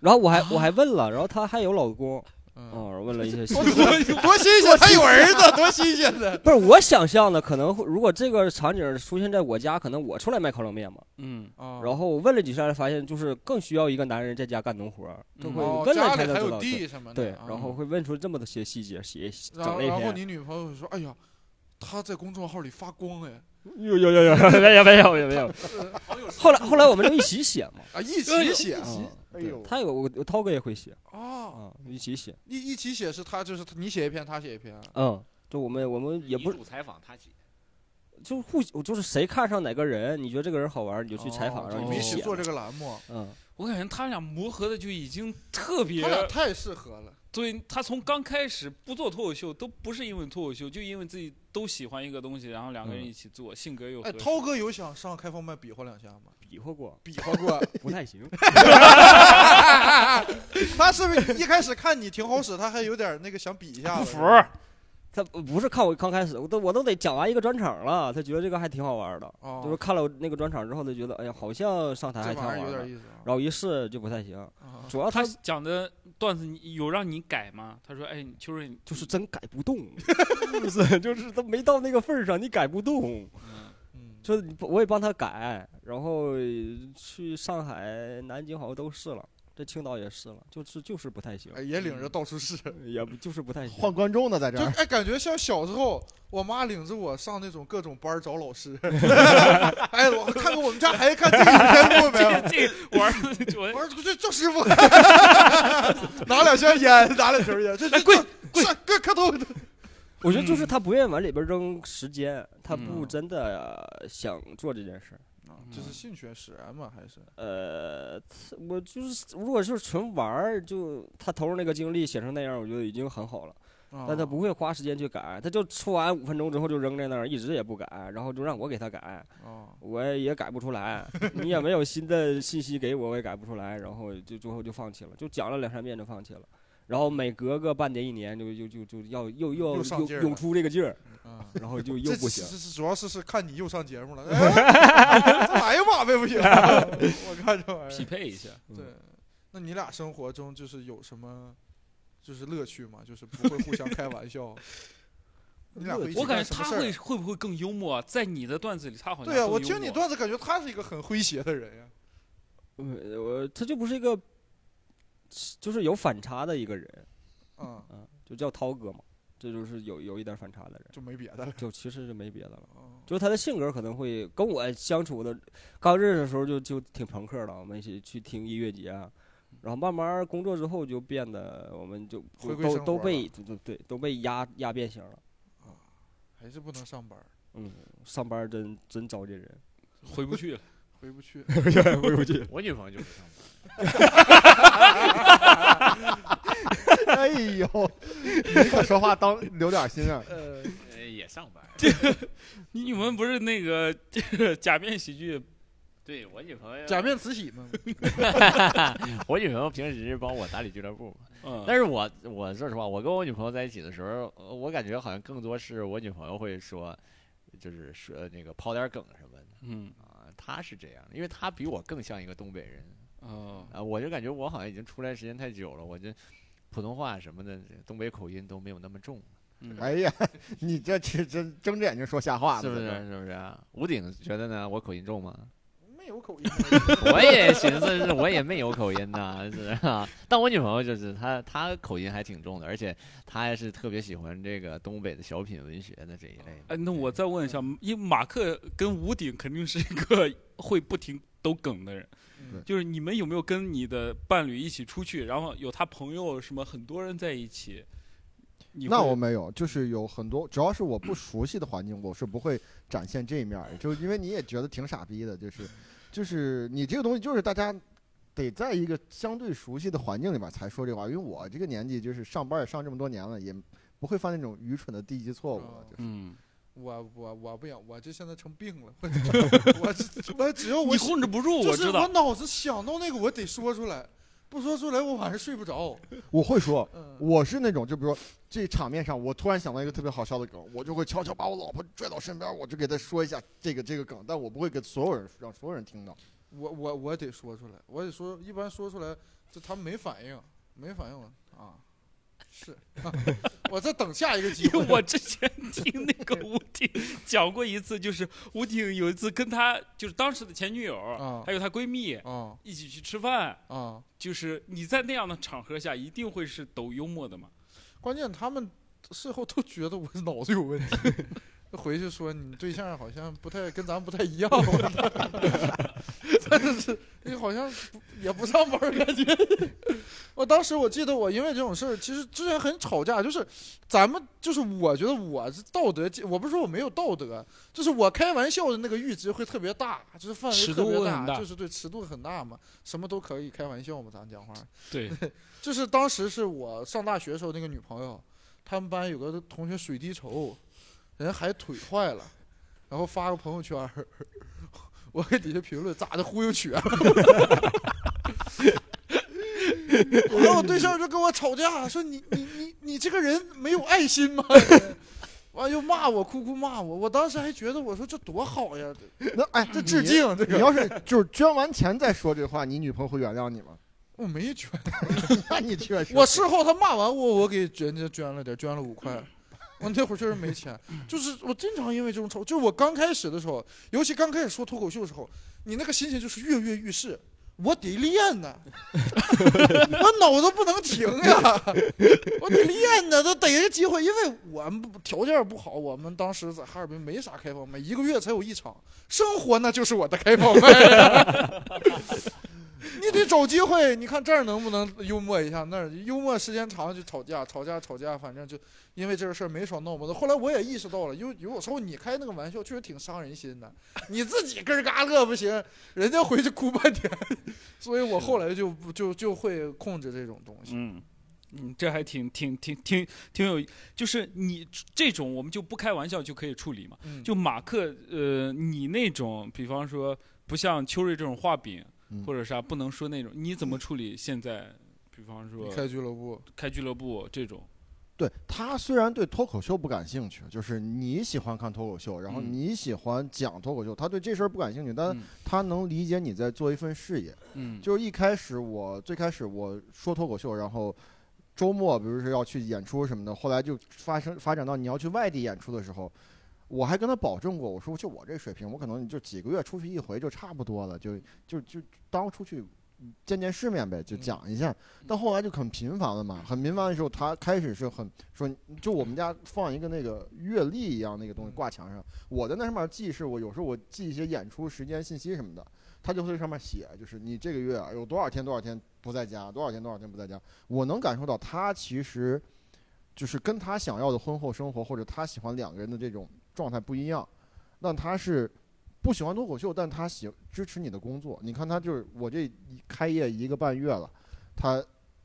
然后我还我还问了，然后她还有老公，
嗯
哦，问了一些细
多
节。
多新鲜，他有儿子，多新鲜 的。
不是我想象的，可能会如果这个场景出现在我家，可能我出来卖烤冷面嘛。
嗯，
然
然后我问了几下，发现就是更需要一个男人在家干农活儿，这
嗯
会
哦，
问了
家
才
里
能
还
知
有
道。
地什么的，
对，
啊
然后会问出这么多些细节，写整
然后
了一
然后
篇。
你女朋友说：“哎呀，他在公众号里发光哎，
有有有有没有没有没有没有。后来后来我们就一起写嘛，
啊，一起写
啊
哎呦，
他有我我涛哥也会写
哦，
啊，一起写，
一一起写是他就是你写一篇，他写一篇，啊
嗯，就我们我们也不
女主采访他写，
就互就是谁看上哪个人，你觉得这个人好玩，你就去采访，
哦
然
你
后
们
你
一
就
起
写
做这
了，
个栏目，
嗯，
我感觉他俩磨合的就已经特别
他，俩太适合了。
对他从刚开始不做脱口秀，都不是因为脱口秀，就因为自己都喜欢一个东西，然后两个人
嗯
一起做，性格又合
哎，
适
涛哥有想上开放麦比划两下吗？
比划过，
比划过，
不太行，
他是不是一开始看你挺好使，他还有点那个想比一下
不
子
服，
他不是看我刚开始，我都我都得讲完一个专场了，他觉得这个还挺好玩的，
哦，
就是看了我那个专场之后，他觉得哎呀，好像上台还
这
挺
玩
好
意儿
玩
有
的
点，意思啊
然后一试就不太行，
啊。
主要
他
他
讲的段子你有让你改吗？他说：“哎，你秋瑞，
就是真改不 动，就是就是他没到那个份儿上，你改不动。
嗯
就你不我也帮他改，然后去上海、南京好像都试了，这青岛也试了，就是就是不太行
哎，，也领着
嗯
到处试，
也不就是不太行。
换观众呢，在这
就
儿，
哎，感觉像小时候，我妈领着我上那种各种班儿找 老师。哎，我看看我们家孩子看这个片过没有？
这这我儿子就
我说这这师傅， 拿两箱烟，拿两条烟，这这
哎跪
跪跪磕头。
我觉得就是他不愿意往里边扔时间，他不
嗯
真的想做这件事。
这是兴趣使然嘛，还是
呃，我就是如果就是纯玩儿，就他投入那个精力写成那样，我觉得已经很好了。
啊
但他不会花时间去改，他就出完五分钟之后就扔在那儿，一直也不改，然后就让我给他改。
啊？
我也改不出 来，你也没有新的信息给我，我也改不出来，然后就最后就放弃了，就讲了两三遍就放弃了，然后每隔个半年一年就就就就要又又
又
要
上劲儿
涌出这个劲儿，
啊，
然后就 又
这
不行。
这这主要是是看你又上节 目了，哎这来吧呗，不行， 我看这玩
匹
意儿。
配一下。
对，那你俩生活中就是有什么就是乐趣吗？就是不会互相开玩笑。你俩会一起
我感
干
觉
什么
他
事儿
会会不会更幽默啊？在你的段子里，他好像
对呀、啊
更
我
幽
听你
默啊
段子感觉他是一个很诙谐的人呀、
嗯我他就不是一个，就是有反差的一个人，
嗯，
啊，就叫涛哥嘛，这就是有有一点反差的人，
就没别的了。
就其实就没别的了。
嗯
就是他的性格可能会跟我相处的，刚认识的时候就就挺朋克的，我们一起去听音乐节啊，然后慢慢工作之后就变得，我们就
嗯回归
都
生
都
活
被对对都被压压变形了。
还是不能上班儿，
嗯，上班真真糟践人。
回不 去了。
回不去。
我女朋友就不上 班，
哎呦，你可说话当留点心 啊，
嗯
呃，
呃，也上班。
你你们不是那个假面喜剧
对我女朋友，
假面慈禧嘛，
我女朋友平时帮我打理俱乐部嘛，
嗯
但是我我说实话，我跟我女朋友在一起的时候，呃我感觉好像更多是我女朋友会说，就是说呃那个抛点梗什么的。
嗯
啊，他是这样的，因为他比我更像一个东北人
哦，
啊，我就感觉我好像已经出来时间太久了，我这普通话什么的，这东北口音都没有那么重了嗯
哎呀，你这是真睁着眼睛说瞎话呢，
是不
在
是
这儿？
是不是？吴鼎觉得呢？我口音重吗？
没有口音，
我也寻思是，我也没有口音呐， 是啊。但我女朋友就是她，她口音还挺重的，而且她也是特别喜欢这个东北的小品文学的这一类的。
哎，那我再问一下，因为马克跟吴鼎肯定是一个会不停抖梗的人
嗯，
就是你们有没有跟你的伴侣一起出去，然后有他朋友什么很多人在一起？你
那
会
我没有，就是有很多，只要是我不熟悉的环境，我是不会展现这一面儿，就是因为你也觉得挺傻逼的，就是，就是你这个东西，就是大家得在一个相对熟悉的环境里边才说这话，因为我这个年纪就是上班也上这么多年了，也不会犯那种愚蠢的低级错误了，就是
嗯，
我我我不想，我这现在成病了，我 我只我只有我
你控制不住，
就
我
是
知
我
道。
脑子想到那个，我得说出来，不说出来我晚上睡不着。
我会说。
嗯，
我是那种，就比如说这场面上，我突然想到一个特别好笑的梗，我就会悄悄把我老婆拽到身边，我就给她说一下这个这个梗，但我不会给所有人让所有人听到。
我我我得说出来，我得说，一般说出来就他没反应，没反应了啊。是， 啊我在等下一个机
因
会
为。我之前听那个吴鼎讲过一次，就是吴鼎有一次跟他就是当时的前女友，
啊
还有她闺蜜
啊
一起去吃饭，
啊！
就是你在那样的场合下一定会是抖幽默的嘛。
关键他们事后都觉得我脑子有问题， 回去说你对象好像不太跟咱不太一样，啊 但是你好像不也不上班儿感觉。 我当时我记得我因为这种事儿，其实之前很吵架，就是咱们就是我觉得我是道德界，我不是说我没有道德，就是我开玩笑的那个阈值会特别大，就是范围
尺
特别
度很大
就是对尺度很大嘛，什么都可以开玩笑嘛，咱讲话。
对，
就是当时是我上大学时候那个女朋友，他们班有个同学水滴筹，人还腿坏了，然后发个朋友圈儿， 我给底下评论咋的忽悠瘸了， 然后我对象就跟我吵架，说你你你你这个人没有爱心吗？ 完又骂我，哭哭骂我，我当时还觉得我说这多好呀，
那哎，
这致敬这
你。你
个，
要是就是捐完钱再说这话，你女朋友会原谅你吗？
我没觉
那你确实，
我事后他骂完我，我给人家捐了点，捐了五块。我那会儿确实没钱，就是我经常因为这种吵，就是我刚开始的时候，尤其刚开始说脱口秀的时候，你那个心情就是跃跃欲试，我得练呐，我脑子不能停呀，我得练呐，都逮着机会，因为我们不条件不好，我们当时在哈尔滨没啥开放麦，一个月才有一场，生活那就是我的开放麦呀你得找机会，你看这儿能不能幽默一下？那儿幽默时间长了就吵架，吵架吵架，反正就因为这个事儿没少闹矛盾。后来我也意识到了，有有时候你开那个玩笑确实挺伤人心的，你自己咯儿嘎乐不行，人家回去哭半天。所以我后来就不就就会控制这种东西。
嗯，嗯，这还挺挺挺挺挺有，就是你这种我们就不开玩笑就可以处理嘛。
嗯
就马克，呃，你那种，比方说不像秋瑞这种画饼、
嗯
或者啥不能说那种，你怎么处理现在？比方说
离开俱乐部，
开俱乐部这种，
对他虽然对脱口秀不感兴趣，就是你喜欢看脱口秀，然后
嗯
你喜欢讲脱口秀，他对这事儿不感兴趣，但
嗯
他能理解你在做一份事业。
嗯，
就是一开始我最开始我说脱口秀，然后周末比如说要去演出什么的，后来就发生发展到你要去外地演出的时候，我还跟他保证过，我说就我这水平，我可能就几个月出去一回就差不多了，就就就当出去见见世面呗，就讲一下。但后来就很频繁了嘛，很频繁的时候，他开始是很说，就我们家放一个那个月历一样那个东西挂墙上，我在那上面记是我有时候我记一些演出时间信息什么的。他就会上面写，就是你这个月啊有多少天多少天不在家，多少天多少天不在家。我能感受到他其实就是跟他想要的婚后生活或者他喜欢两个人的这种状态不一样。那他是不喜欢脱口秀，但他喜支持你的工作。你看他就是我这一开业一个半月了，他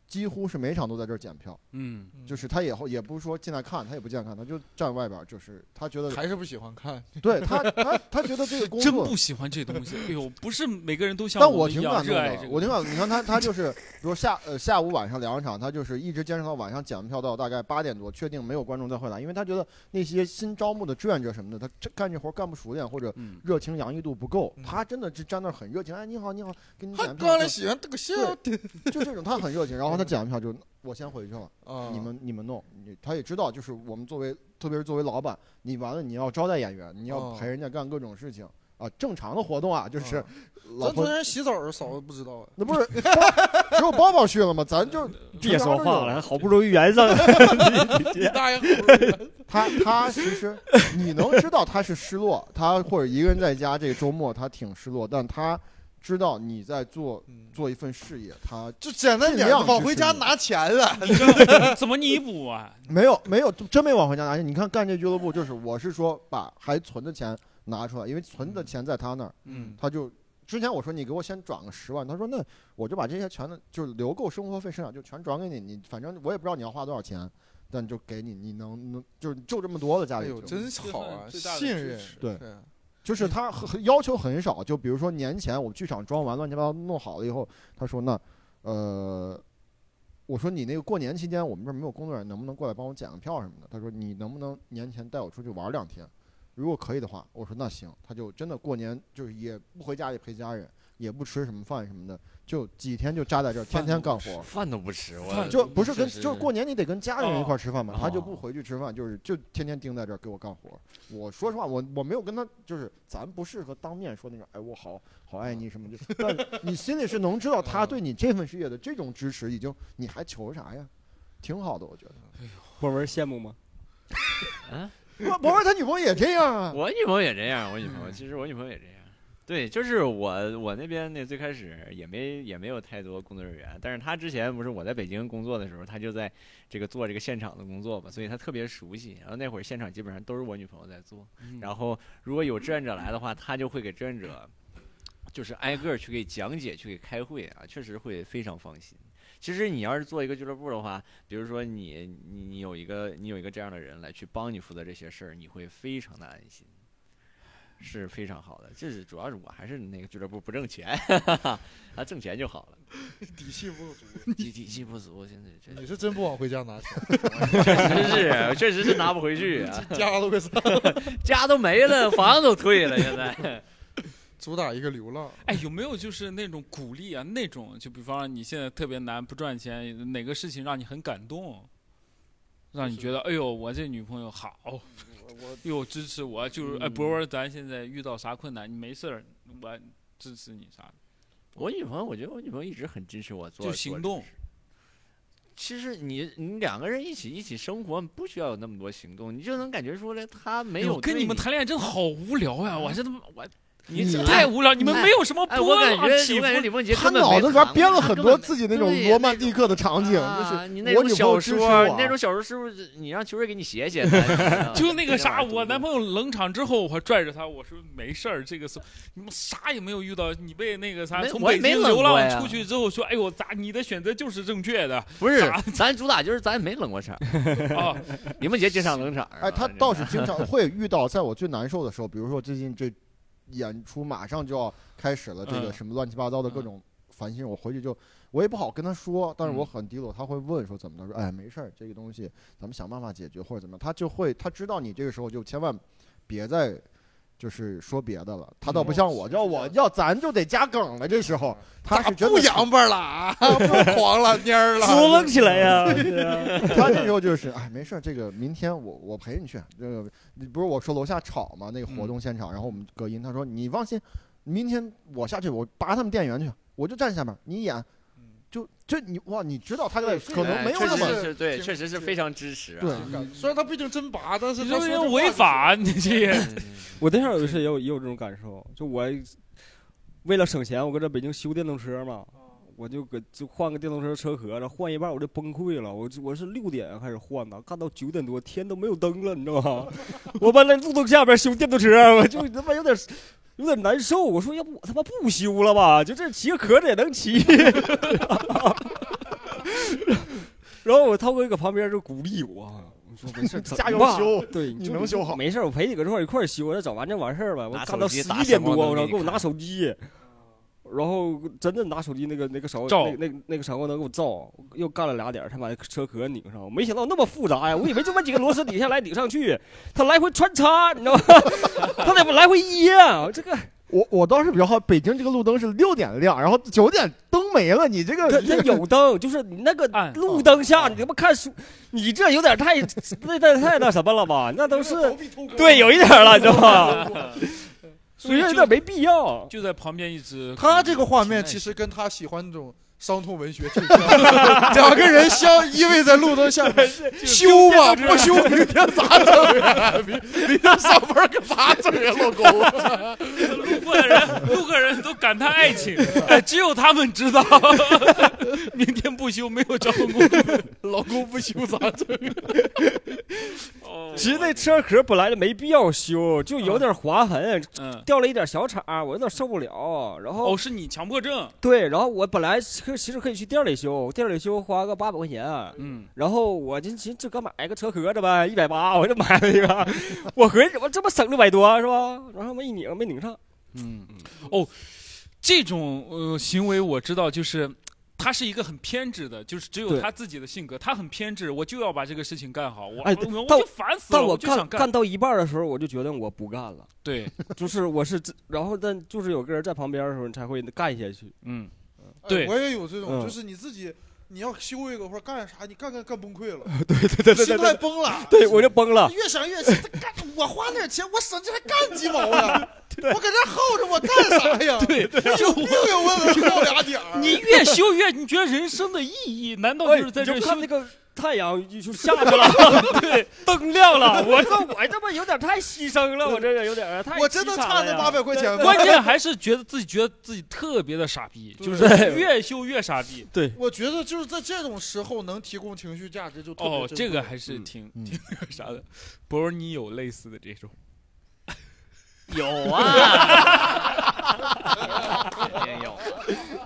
几乎是每场都在这儿检票，
嗯，
就是他以后也不是说进来看，他也不进来看，他就站外边儿，就是他觉得
还是不喜欢看。
对他他他觉得这个工
真
作
不喜欢这东西。哎呦，不是每个人都像
但
我
我
们一
挺
样
感动
热爱这，
的
个。
我 挺感动。你看他，他就是，比如下呃下午晚上两场，他就是一直坚持到晚上检票到大概八点多，确定没有观众再会来，因为他觉得那些新招募的志愿者什么的，他这干这活干不熟练或者
嗯，
热情洋溢度不够
嗯，
他真的是站那儿很热情，哎你好你好，给你
还
检票
刚，来喜欢这个笑，
就这种他很热情，然 后后他讲一票就我先回去了，
啊，
嗯
你们你们弄，你他也知道，就是我们作为，特别是作为老板，你完了你要招待演员，你要
哦
嗯
陪人家干各种事情啊，正常的活动啊，就是
哦
嗯
老
咱昨
婆嗯
天洗澡的嫂子不知道啊。
那不是只有包包去了吗？咱就
别说话了，好不容易圆上了。
你大爷！我
他他其实你能知道他是失落，他或者一个人在家这个周末他挺失落，但他知道你在做
嗯
做一份事业，他
就简单点
尽，量
往
支
回
持
家
你
拿钱了。
怎么弥补啊？
没有没有真没往回家拿钱。你看干这俱乐部就是我是说把还存的钱拿出来，因为存的钱在他那儿，
嗯，
他就。之前我说你给我先转个十万，他说那我就把这些全的就是留够生活费，剩下就全转给你，你反正我也不知道你要花多少钱，但就给你，你能能就是就这么多了，家
哎
里
呦，
就
真好啊，
最大的
信
支
任。
持
对就是他很很要求很少，就比如说年前我们剧场装完乱七八糟弄好了以后，他说那，呃，我说你那个过年期间我们这儿没有工作人员，能不能过来帮我检个票什么的？他说你能不能年前带我出去玩两天？如果可以的话，我说那行，他就真的过年就是也不回家里陪家人，也不吃什么饭什么的，就几天就扎在这儿，天天干活。
饭都不吃，我
饭
就不是跟
是
就是过年你得跟家人一块儿吃饭嘛，
哦
他就不回去吃饭，就是就天天盯在这儿给我干活儿。我说实话，我我没有跟他就是咱不适合当面说那种，哎，我好好爱你什么，就是，但你心里是能知道他对你这份事业的这种支持，已经你还求啥呀？挺好的，我 觉得。
博文羡慕吗？
博博文他女朋友也这样啊，
我女朋友也这样，我女朋友其实我女朋友也这样。对，就是我我那边那最开始也没也没有太多工作人员，但是他之前不是我在北京工作的时候，他就在这个做这个现场的工作嘛，所以他特别熟悉。然后那会儿现场基本上都是我女朋友在做，然后如果有志愿者来的话，他就会给志愿者就是挨个儿去给讲解、去给开会啊，确实会非常放心。其实你要是做一个俱乐部的话，比如说你你你有一个你有一个这样的人来去帮你负责这些事儿，你会非常的安心，是非常好的。这是主要是我还是那个俱乐部不挣钱，啊挣钱就好了，
底气不足，啊
底底气不足，现在这
你是真不往回家拿钱，
确实是啊确实是拿不回去啊，
家都快散了。
家都没了，房子都退了，现在
主打一个流浪，
哎，有没有就是那种鼓励啊？那种就比方说你现在特别难不赚钱，哪个事情让你很感动，让你觉得哎呦我这女朋友好，
嗯
又支持我，就是哎博文，咱现在遇到啥困难你没事儿，我支持你啥的，
我女朋友，我觉得我女朋友一直很支持我做
就
做
行
这
动
事。其实你你两个人一起一起生活，不需要有那么多行动，你就能感觉出来他没
哎呦
有
跟
对嗯
你们谈恋爱真好无聊呀！我这他妈我
你
你
这
太无聊，你们
哎
没有什么
哎，我
波
感
浪
觉
起
我
伏
感觉李梦洁
他
根本没
脑子里边
谈
编
过
了
他
很
根
多
本
自己那种
对
罗曼蒂克的场景，就是
啊你那
我
种
女朋
小
友支持
说，
我
你那种小说是不是你让秋瑞给你写写？ 咱
就那个啥，
咱
我男
咱
朋友冷场之后，我还拽着他，我说没事儿，这个是你们啥也没有遇到，你被那个啥
没
从
我也
北
没
京
冷
流
过
浪
呀
出去之后说，哎呦，咋你的选择就是正确 的
不是
啥，
咱主打就是咱没冷过场，
啊？
李梦洁经常冷场。啊
哎，他
这个
倒是 经常会遇到，在我最难受的时候，比如说最近这演出马上就要开始了，这个
嗯
什么乱七八糟的各
嗯
种烦心事，我回去就我也不好跟他说，但是我
嗯
很低落，他会问说怎么的，说哎没事儿，这个东西咱们想办法解决或者怎么样，他就会他知道你这个时候就千万别再。就是说别的了，他倒
嗯
不像我，
是
要
是这
我
样
要咱就得加梗了。这时候他
咋
是真
啊不
的
洋巴了啊？ 不狂了蔫儿了，
扑棱起来 呀！对啊
他这时候就是，哎，没事儿，这个明天我我陪你去。这个你不是我说楼下吵嘛，那个活动现场，然后我们隔音，他说你放心，明天我下去，我拔他们电源去，我就站下面，你演，
嗯
就就你哇，你知道他在
是
可能
哎
没有
确
那
实
么
么
是对，
精
确实
致
是非常支持啊。
对，
虽然他不一定真拔，但是
你
他
这
说
人
这话
违
就是
法，你这也
嗯
我对象有一次也有也有这种感受，就我为了省钱，我搁这北京修电动车嘛，我就搁就换个电动车车壳，然后换一半我就崩溃了，我就我是六点开始换的，干到九点多，天都没有灯了，你知道吗？ 我把那路灯下边修电动车，我就他妈有点。有点难受，我说要不我他妈不修了吧？就这骑个壳子也能骑。 然后我涛哥搁旁边就鼓励我，啊我说没事，
加油
妈
修
对，
你
就
能修好
没事，我陪你搁这块儿一块儿修，那整完就完事儿了。我
拿
干到
手机
十
打
一点
闪光
多，我
灯
操，
给你
给我
看
拿手机，然后真的拿手机那个那个闪光
照
那个那个那个闪光灯给我照，又干了俩点儿，才把那车壳拧上。我没想到那么复杂呀，我以为就把几个螺丝 啊拧下来拧上去，它来回穿插，你知道吗？它得来回掖，这个
我我倒是比较好，北京这个路灯是六点亮，然后九点灯没了，你这个
它它有灯，就是你那个
哎
暗
哦
路灯下，你他妈看书，你这有点太那太太那什么了吧？那都是对，有一点了，你知道吧？ 所以有点没必要。
就在旁边一直。
他这个画面其实跟他喜欢那种伤痛文学挺像的，两个人相依偎在路灯下面，修吧，不修哎明天咋整呀？明明天上班可咋整呀，老公？
路过的人，路过的人都感叹爱 情，哎，只有他们知道。 明天不休，没有招工。
老公不修咋整？
哦
其实那车壳本来就没必要修，就有点划痕，
嗯，
掉了一点小茬儿，我有点受不了。然后
哦，是你强迫症。
对，然后我本来可其实可以去店里修，店里修花个八百块钱，
嗯，
然后我就寻这哥买个车壳子呗，一百八，我就买了一个， 我合计怎么这么省六百多是吧？然后没一拧，没拧上。
嗯，哦，这种呃行为我知道，就是他是一个很偏执的，就是只有
对
他自己的性格，他很偏执，我就要把这个事情干好，我、
哎
我
但
我就烦死了，
但
我就
干
想
干到一半的时候，我就决定我不干了，
对，
就是我是自，然后但就是有个人在旁边的时候，你才会干下去。
嗯，
哎
对
我也有这种，
嗯
就是你自己。你要修一个或者干啥，你干干干崩溃了，
对
心态崩 了，
对我就崩了。
越想越气，这干我花那点钱，我省这还干鸡毛 呀？我搁这耗着，我干啥呀？哎对对，有病呀！我得耗俩点儿。
你越修越，你觉得人生的意义难道
哎，
就是在这
你就
修
看那个太阳就就下去了，对， 灯亮了。我说我这不有点太牺牲了，我这个有点儿太
我真的
凄惨
差
了
那
呀
八百块钱吗？
关键还是觉得自己觉得自己特别的傻逼，
对
就是越修越傻逼。
我觉得就是在这种时候能提供情绪价值就特别
哦，
珍贵
这个还是
嗯
挺
嗯
挺那个啥的。博儿，你有类似的这种？
有啊， 也有。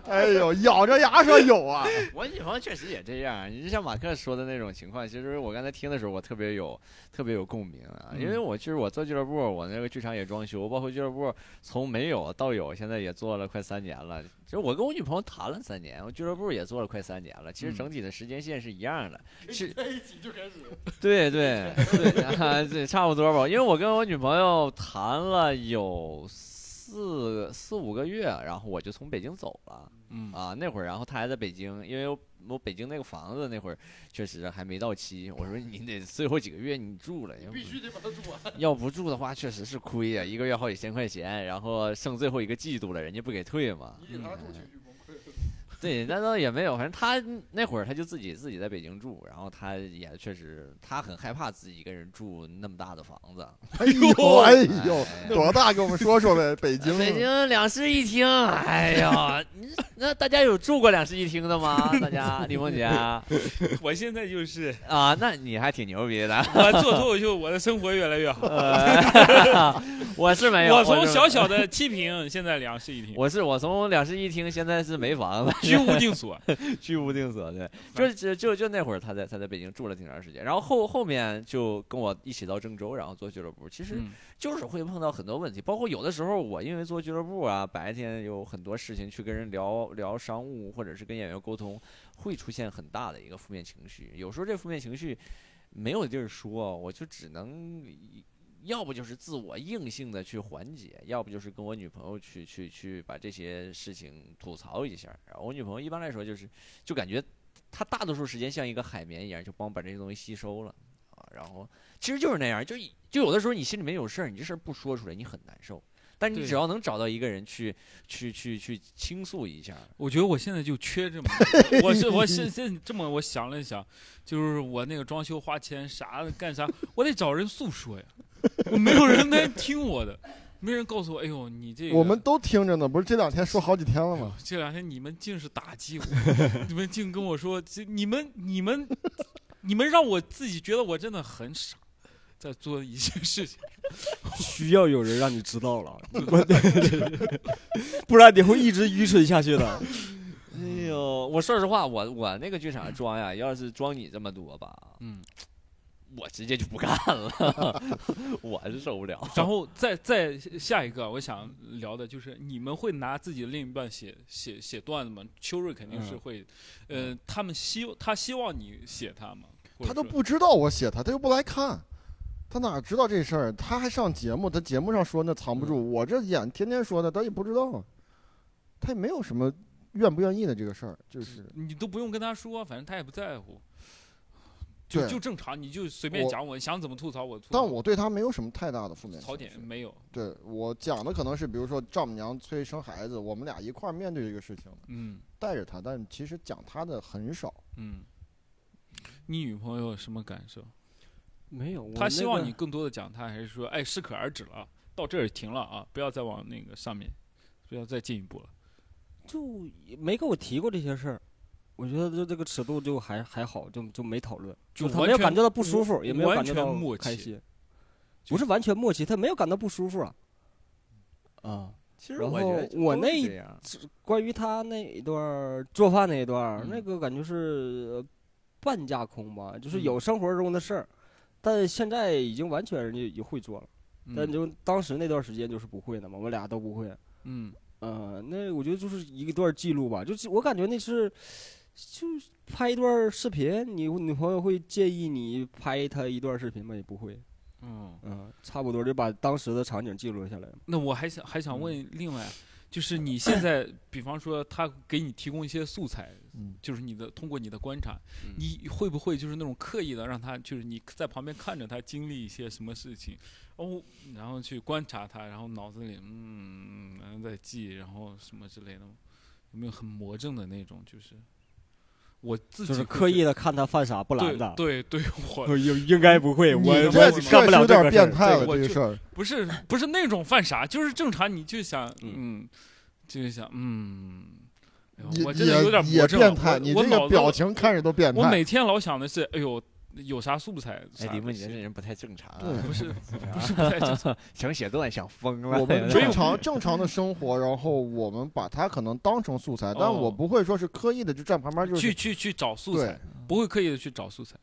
哎呦，咬着牙说有啊，
我女朋友确实也这样，你就像马克说的那种情况，其实我刚才听的时候，我特别有特别有共鸣啊，因为我其实我做俱乐部，我那个剧场也装修，包括俱乐部从没有到有，现在也做了快三年了。其实我跟我女朋友谈了三年，我俱乐部也做了快三年了，其实整体的时间线是一样的，是
在一起就开始
对对对啊，对，差不多吧。因为我跟我女朋友谈了有四四五个月，然后我就从北京走了。
嗯
啊，那会儿，然后她还在北京，因为我我北京那个房子那会儿确实还没到期。我说你得最后几个月你住了，要不
必须得把它做完。
要不住的话确实是亏呀、一个月好几千块钱，然后剩最后一个季度了，人家不给退嘛。
你给他
嗯
做情绪崩溃，
对，那倒也没有，反正他那会儿他就自己自己在北京住，然后他也确实他很害怕自己一个人住那么大的房子。
哎呦哎呦，
哎
多大？给我们说说呗，北京，
北京两室一厅，哎呀，你那大家有住过两室一厅的吗？大家，李梦姐啊，
我现在就是
啊那你还挺牛逼的。
我做脱口秀，我的生活越来越好。
呃 我是没有，
我从
是
小小的七平，现在两室一厅，
我是我从两室一厅，现在是没房 子，
居无定所。
居无定所。对，就是就就就那会儿他在他在北京住了挺长时间，然后后后面就跟我一起到郑州，然后做俱乐部。其实
嗯
就是会碰到很多问题，包括有的时候我因为做俱乐部啊，白天有很多事情去跟人聊聊商务，或者是跟演员沟通，会出现很大的一个负面情绪。有时候这负面情绪没有地儿说，我就只能要不就是自我硬性的去缓解，要不就是跟我女朋友去去去把这些事情吐槽一下儿。然后我女朋友一般来说就是就感觉她大多数时间像一个海绵一样，就帮我把这些东西吸收了啊。然后其实就是那样，就一就有的时候你心里面有事儿，你这事儿不说出来，你很难受。但你
对
只要能找到一个人去去去去倾诉一下儿，
我觉得我现在就缺这么， 我是我现现这么我想了一想，就是我那个装修花钱啥的干啥，我得找人诉说呀，我没有人能听我的，没人告诉我，哎呦你这个、
我们都听着呢，不是这两天说好几天了吗？
这两天你们竟是打击 我，你们竟跟我说，这你们你们你们让我自己觉得我真的很傻，在做一些事情。
需要有人让你知道了， 不然你会一直愚蠢下去的。
哎呦，我说实话，我我那个剧场装呀，要是装你这么多吧，
嗯，
我直接就不干了， 我是受不了。
然后再再下一个，我想聊的就是你们会拿自己的另一半写写写段子吗？秋瑞肯定
嗯
是会，呃，他们希他希望你写他吗？或者
他都
说
不知道我写他，他又不来看。他哪知道这事儿？他还上节目，他节目上说那藏
嗯
不住，我这眼天天说的，他也不知道啊，他也没有什么愿不愿意的这个事儿，就是
你都不用跟他说，反正他也不在乎，就
对
就正常，你就随便
我
讲，我想怎么吐槽我吐槽。
但我对他没有什么太大的负面
槽
情
点
绪
没有，
对我讲的可能是，比如说丈母娘催生孩子，我们俩一块儿面对这个事情，
嗯
带着他，但其实讲他的很少。
嗯。你女朋友什么感受？
没有，
她希望你更多的讲她，还是说，哎，适可而止了，到这儿停了啊，不要再往那个上面，不要再进一步了。
就没跟我提过这些事儿。我觉得这这个尺度就还还好，就就没讨论，
就
他
完
没有
全
感觉到不舒服，
无
也没有
完
感觉
全
到
默
开
契
心，
就
不是完全默契，他没有感到不舒服啊。啊，
其实
然
我觉
后
得就
我
都
那
是
一
这样
关于他那一段儿做饭那一段儿，
嗯
那个感觉是呃半架空吧，就是
嗯
有生活中的事儿，但现在已经完全人家已经会做了，但
嗯
就当时那段时间就是不会的嘛，我们俩都不会。
嗯，
呃，那我觉得就是一段记录吧，就是我感觉那是，就是拍一段视频，你女朋友会介意你拍她一段视频吗？也不会，
哦，
嗯、差不多就把当时的场景记录下来了。
那我还想还想问，
嗯
另外、就是你现在，比方说他给你提供一些素材，
嗯
就是你的通过你的观察，
嗯
你会不会就是那种刻意的让他，就是你在旁边看着他经历一些什么事情，哦，然后去观察他，然后脑子里嗯，然后再记，然后什么之类的吗，有没有很魔怔的那种？就是我自己
就是
会
刻
觉
意的看他犯傻不拦
得
的，
对对对，我
应应该不会，
你
我
这
我干不
确实
了
有
这个
点
事
变
儿。
态了，
我
这个
就
事儿。
不是不是那种犯傻，就是正常，你就想
嗯
嗯，就是想嗯，哎呦
也
我真的有点
也也
魔怔了
变态，
我
你
我
这
脑
个
子
表情看着都变
我
态。
每天老想的是，哎呦，有啥素材？
哎，
啥
李梦
东
洁
西
这人不太正常
对
啊，
不 是不 是不太正常，
想写段想疯了。
我们
没有
正常正常的生活，然后我们把它可能当成素材，但
哦
我不会说是刻意的就站旁边就是
去去去找素
对
材，不会刻意的去找素材，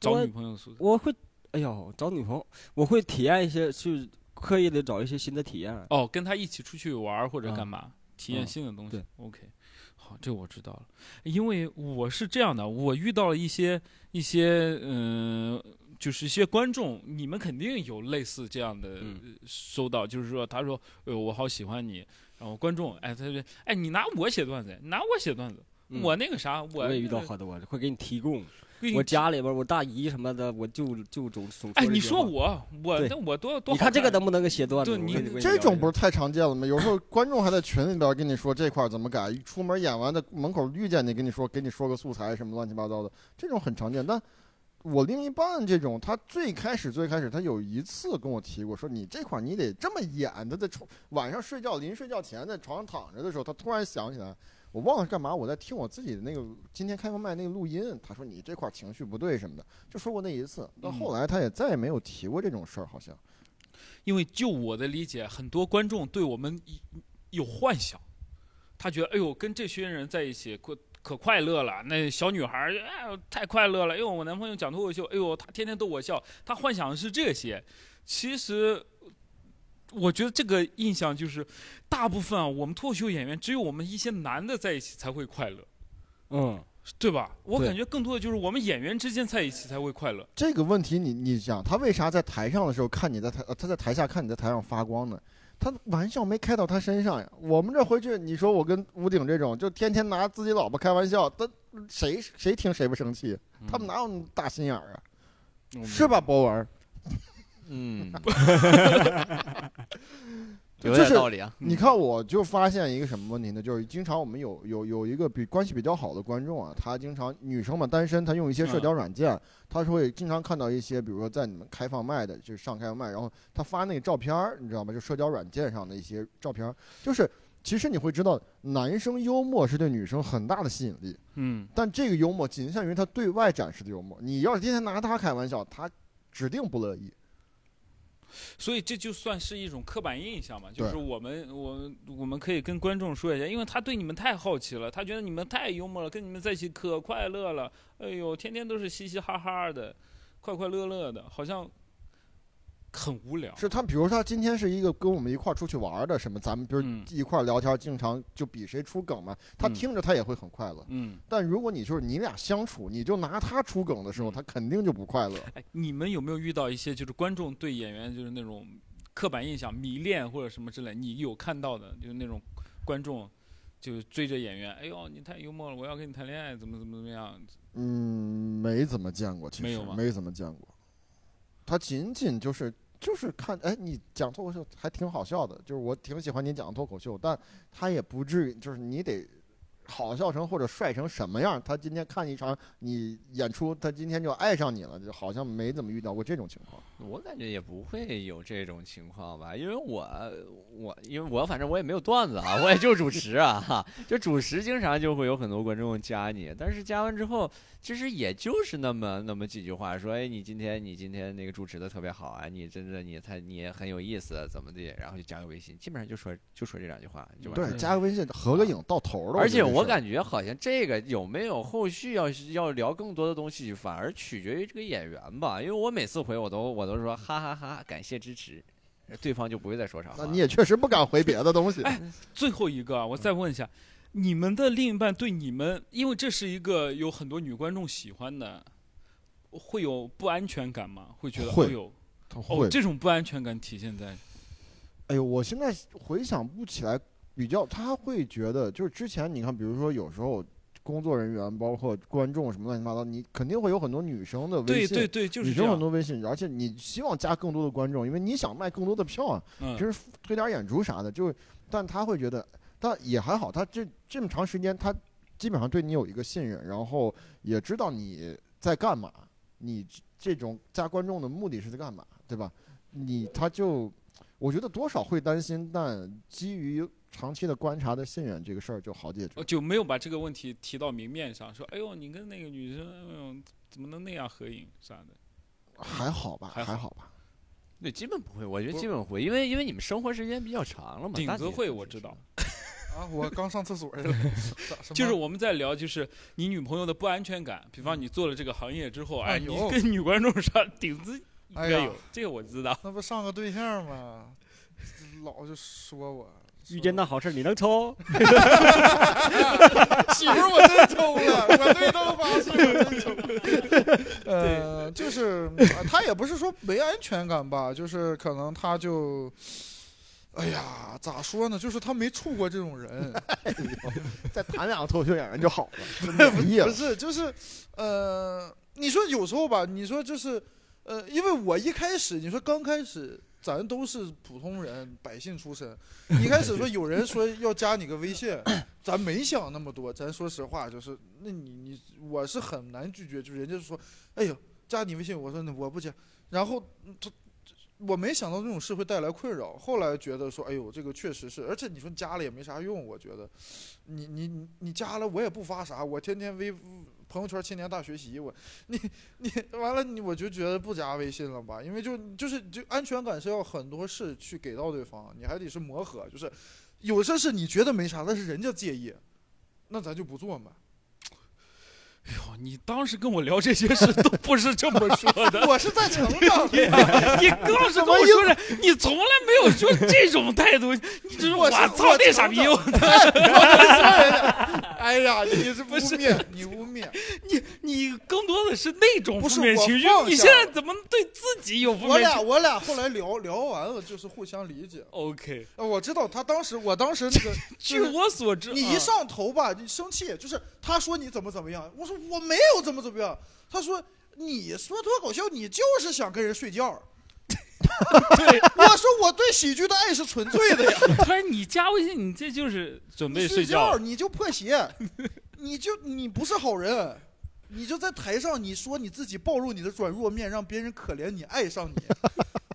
找
我
女朋友素材。
我会，哎呦，找女朋友，我会体验一些，去刻意的找一些新的体验。
哦，跟他一起出去玩儿或者
嗯
干嘛，体验
嗯
新的东西。
对
OK，好，这我知道了。因为我是这样的，我遇到了一些一些嗯、呃就是一些观众，你们肯定有类似这样的
嗯
收到，就是说他说，哎呦，我好喜欢你，然后观众，哎，他就哎，你拿我写段子，你拿我写段子，
嗯
我那个啥，我
我也遇到
那个
很多，会给你提供。
给你
我家里边儿，我大姨什么的，我就就总总
哎，
这
你
些
说
话
我我
对
那我多多
你
好
看这个
看
能不能给写段子？
对
我
你
跟跟
这
聊
种不是太常见了吗？有时候观众还在群里边跟你说这块儿怎么改，一出门演完在门口遇见你，跟你说给你说个素材什么乱七八糟的，这种很常见。但我另一半这种，他最开始最开始他有一次跟我提过，说你这块儿你得这么演。他在床晚上睡觉临睡觉前在床上躺着的时候，他突然想起来，我忘了干嘛，我在听我自己的那个今天开放麦那个录音，他说你这块儿情绪不对什么的，就说过那一次。但后来他也再也没有提过这种事儿，好像。
因为就我的理解，很多观众对我们一有幻想，他觉得哎呦，跟这群人在一起可可快乐了。那小女孩儿哎呦太快乐了，哎呦我男朋友讲脱口秀，哎呦他天天逗我笑，他幻想的是这些。其实我觉得这个印象就是，大部分啊我们脱口秀演员只有我们一些男的在一起才会快乐，
嗯，
对吧？我
对
感觉更多的就是我们演员之间在一起才会快乐。
这个问题你，你想，他为啥在台上的时候看你在台，呃他在台下看你在台上发光呢？他玩笑没开到他身上呀。我们这回去，你说我跟吴鼎这种，就天天拿自己老婆开玩笑，他谁谁听谁不生气？他们哪有那么大心眼儿啊？
嗯
是吧，博文？
嗯，
就
有
是
点道理啊。
你看，我就发现一个什么问题呢？就是经常我们有有有一个比关系比较好的观众啊，她经常女生嘛单身，她用一些社交软件，她是会经常看到一些，比如说在你们开放麦的，就是上开放麦，然后她发那个照片儿，你知道吗？就社交软件上的一些照片儿，就是其实你会知道，男生幽默是对女生很大的吸引力，
嗯
但这个幽默仅限于他对外展示的幽默，你要是天天拿他开玩笑，他指定不乐意。
所以这就算是一种刻板印象嘛，
对
就是我们我们我们可以跟观众说一下，因为他对你们太好奇了，他觉得你们太幽默了，跟你们在一起可快乐了，哎呦，天天都是嘻嘻哈哈的，快快乐乐的，好像很无聊。
是他，比如他今天是一个跟我们一块儿出去玩儿的，什么咱们比如
嗯
一块儿聊天，经常就比谁出梗嘛，他
嗯
听着他也会很快乐。
嗯，
但如果你就是你俩相处，你就拿他出梗的时候，
嗯
他肯定就不快乐。
哎，你们有没有遇到一些就是观众对演员就是那种刻板印象迷恋或者什么之类？你有看到的，就是那种观众就追着演员，哎呦你太幽默了，我要跟你谈恋爱，怎么怎么怎么样？
嗯，没怎么见过，其实
没有吗
没怎么见过。他仅仅就是就是看，哎，你讲脱口秀还挺好笑的，就是我挺喜欢你讲脱口秀，但他也不至于，就是你得好笑成或者帅成什么样，他今天看一场你演出，他今天就爱上你了，就好像没怎么遇到过这种情况。
我感觉也不会有这种情况吧，因为我我因为我反正我也没有段子啊，我也就主持啊，哈，就主持经常就会有很多观众加你，但是加完之后，其实也就是那么那么几句话，说哎你今天你今天那个主持的特别好啊，你真的你太你也很有意思，怎么的，然后就加个微信，基本上就说就说这两句话就完事儿
对
了。，
加个微信合个
啊
影到头了。
而且
觉得这
我
事儿
感觉好像这个有没有后续要要聊更多的东西，反而取决于这个演员吧。因为我每次回我都我都说哈哈哈感谢支持，对方就不会再说啥话。
那你也确实不敢回别的东
哎
西。
最后一个啊，我再问一下，你们的另一半对你们，因为这是一个有很多女观众喜欢的，会有不安全感吗？会觉得
会
哎呦，
他
哦，这种不安全感体现在
哎呦，我现在回想不起来，比较他会觉得，就是之前你看，比如说有时候工作人员包括观众什么乱七八糟，你肯定会有很多女生的微
对
信，
对对，就是
女
这
生很
样。
多微信，而且你希望加更多的观众，因为你想卖更多的票啊，
嗯
平时推点演出啥的，就是，但他会觉得，但也还好，他这这么长时间，他基本上对你有一个信任，然后也知道你在干嘛，你这种加观众的目的是在干嘛，对吧？你他就，我觉得多少会担心，但基于长期的观察的信任，这个事儿就好解决
哦，。就没有把这个问题提到明面上，说哎呦，你跟那个女生，哎呦，怎么能那样合影啥的？
还好吧，
还好
还好吧。
对，基本不会，我觉
不
得
是
基本不会，因为因为你们生活时间比较长了嘛。
顶
大
子
姐
会我知道。
啊，我刚上厕所 去了，咋
就是
什么
我们在聊，就是你女朋友的不安全感，比方你做了这个行业之后，哎，
哎
你
有
跟女观众啥顶子应该
哎呀
有，这个我知道。
那不上个对象吗？老就说我
遇见
那
那好事儿你能抽？
媳妇儿，我真抽了，我对他们发誓，我真抽了。呃，就是呃他也不是说没安全感吧，就是可能他就。哎呀，咋说呢？就是他没处过这种人，
再谈两个脱口秀演员就 好了，满意
不
了。
是，就是，呃，你说有时候吧，你说就是，呃，因为我一开始，你说刚开始，咱都是普通人、百姓出身，一开始说有人说要加你个微信， 咱没想那么多，咱说实话，就是，那你你我是很难拒绝，就人家说，哎呦，加你微信，我说那我不加，然后嗯他。我没想到这种事会带来困扰，后来觉得说，哎呦，这个确实是，而且你说加了也没啥用，我觉得，你你你你加了我也不发啥，我天天微朋友圈千年大学习，我你你完了你我就觉得不加微信了吧，因为就就是就安全感是要很多事去给到对方，你还得是磨合，就是有些事你觉得没啥，但是人家介意，那咱就不做嘛。
哦，你当时跟我聊这些事都不是这么说 的。
我是在成长，
你你当时跟我说的，你从来没有说这种态度，你只是
我是
操
我
那傻逼，
成长
我
哎呀，你是污
不是
蔑，你 污蔑，
你你更多的是那种
不是
负面
我
情绪
放，
你
下
现在
了
怎么对自己有负
我
面情
俩
绪
我俩后来聊聊完了就是互相理解。
？OK，
呃我知道他当时，我当时那个
据我所知，
你
啊
一上头吧，你生气，就是他说你怎么怎么样，我说我没有怎么怎么样，他说你说脱口秀，你就是想跟人睡觉。 我说我对喜剧的爱是纯粹的呀，
他说你加微信，你这就是准备
你
睡
睡
觉
觉
了。
你就破鞋，你就你不是好人，你就在台上你说你自己暴露你的软弱面，让别人可怜你爱上你。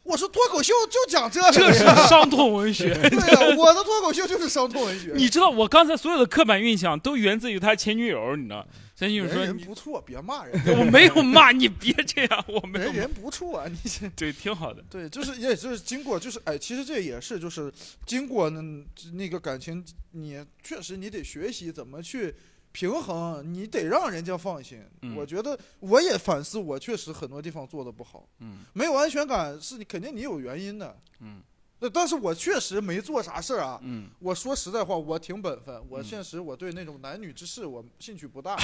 我说脱口秀就讲这个，
这 是伤痛文学。
对呀、我的脱口秀就是伤痛文学。
你知道我刚才所有的刻板印象都源自于他前女友，你知道？前女友
人
说
人
你
不错，别骂人，
我没有骂你，别这样，我 没有
人
骂。
人不错，啊你这。
对，挺好的。
对，就是也就是经过，就是哎，其实这也是就是经过那那个感情，你确实你得学习怎么去平衡，你得让人家放心。
嗯
我觉得我也反思，我确实很多地方做的不好，
嗯
没有安全感是你肯定你有原因的。
嗯
那但是我确实没做啥事儿啊。
嗯，
我说实在话，我挺本分。我
嗯
现实，我对那种男女之事我兴趣不大。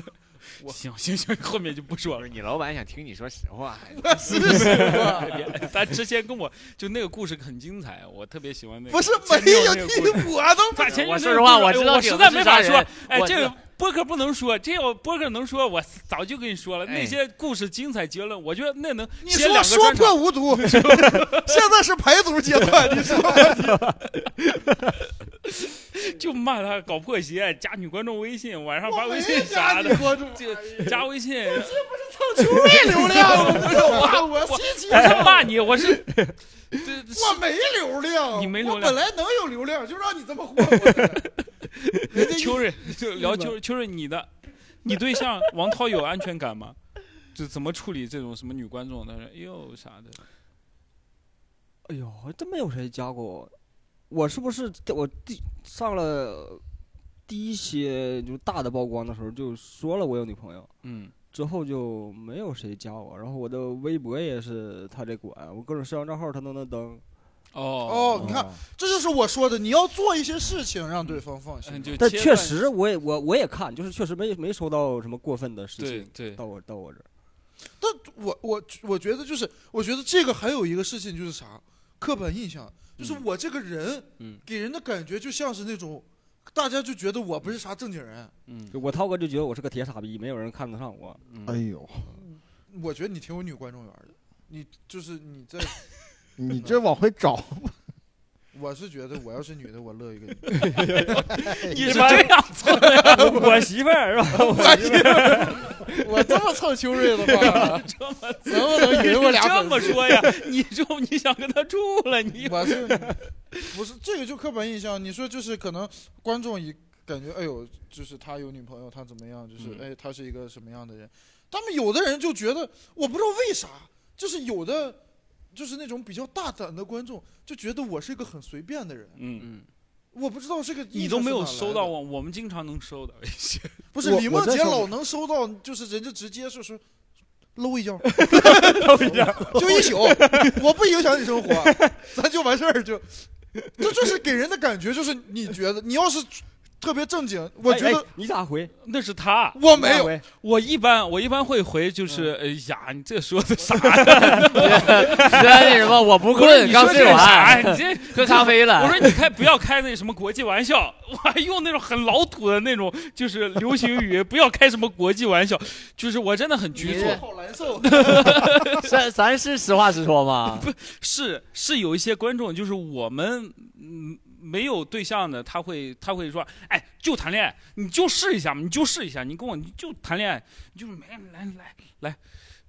我
行行行，后面就不说
不
了。
是你老板想听你说 实话，
是是吧？
他之前跟我就那个故事很精彩，我特别喜欢那个。
不是
前
没
女友
有
那个
你
故事
我都
大前女友
我说实话
那个故事
我知道
我
顶
实
子
在
是
没法
啥
说
人。
哎，
我
这
知
个
道
播客不能说，这要播客能说，我早就跟你说了。
哎
那些故事精彩绝了，我觉得那能
你
写
说
两个
说
专场。
破无 毒，现在是排毒阶段，你说
就骂他搞破鞋，加女观众微信，晚上发
我
微
没
信
加
啥
你
的，
关注，
就加微信。
蹭球没流量，我不是我 我稀奇，
不是骂你，我 是，对，
我没流量，
你没流量
我本来能有流量，就让你这么霍霍着。 人家
是
一
秋 瑞就聊秋瑞秋瑞你的，你对象王涛有安全感吗？就怎么处理这种什么女观众？他说哎呦啥的，
哎呦，还真没有谁加过我。我是不是我第上了第一期就大的曝光的时候就说了我有女朋友，
嗯
之后就没有谁加我。然后我的微博也是他在管，我各种社交账号他都能登。
哦
哦，
你看，这就是我说的，你要做一些事情让对方放
嗯
心。
就
但
切
确
断
实，我也我我也看，就是确实没没收到什么过分的事
对
情
对
到我到我这儿。
但我我我觉得就是，我觉得这个还有一个事情就是啥，刻板印象，就是我这个人，
嗯
给人的感觉就像是那种，大家就觉得我不是啥正经 人。
嗯
就我涛哥就觉得我是个铁傻逼，没有人看得上我。
哎
嗯，
呦，
我觉得你挺有女观众缘的，你就是你在，
你这往回找，
我是觉得我要是女的，我乐意跟你。
你是这样做的，
我媳妇儿是吧？
我这么蹭秋瑞的 话，能不能
你
赢我俩
这
粉
么
丝？
说呀？你就你想跟他处了， 你
我是不是这个就刻板印象？你说就是可能观众一感觉，哎呦，就是他有女朋友，他怎么样？就是
嗯
哎，他是一个什么样的人？他们有的人就觉得，我不知道为啥，就是有的就是那种比较大胆的观众就觉得我是一个很随便的人，
嗯。
嗯，
我不知道这个
你都没有
印象是哪
收
来
到
的
我，我们经常能收到 一些。
不是
我
李
我
梦
在
洁
收
老能收到，就是人家直接就是搂一跤，搂一跤，就一宿，我不影响你生活， 咱就完事儿就，这就是给人的感觉，就是你觉得你要是特别正经，我觉
哎
得
哎你咋回？
那是他，
我没
你咋
有，
回
我一般我一般会回，就是
嗯
哎呀，你这说的 啥呀？
那什么，我不
我说
困，
你
刚
说
睡
这啥
完，
呀？你 这
喝咖啡了。
我说你开不要开那什么国际玩笑， 我还用那种很老土的那种就是流行语， 不要开什么国际玩笑，就是我真的很局
你
促
这。
好难受。
咱咱是实话实说吗？
是是有一些观众，就是我们嗯没有对象的，他会他会说，哎，就谈恋爱，你就试一下嘛，你就试一下，你跟我你就谈恋爱，你就没来来来，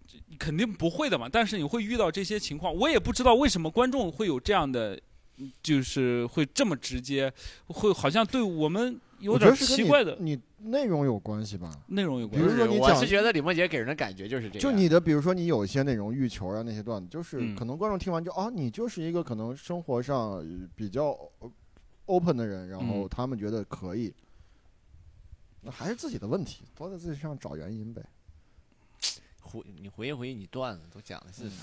这肯定不会的嘛。但是你会遇到这些情况，我也不知道为什么观众会有这样的，嗯就是会这么直接，会好像对我们有
我觉
点
得是
奇
跟你
怪的
你内容有关系吧？
内容有
比
关
如
系。
说你
我
讲
是，觉得李梦洁给人的感觉就是这样。
就你的，比如说你有一些内容欲求啊那些段子，就是
嗯
可能观众听完就啊，你就是一个可能生活上呃比较呃 open 的人，然后
嗯
他们觉得可以，那还是自己的问题，多在自己上找原因呗。
回你回忆回忆你段子都讲的是啥？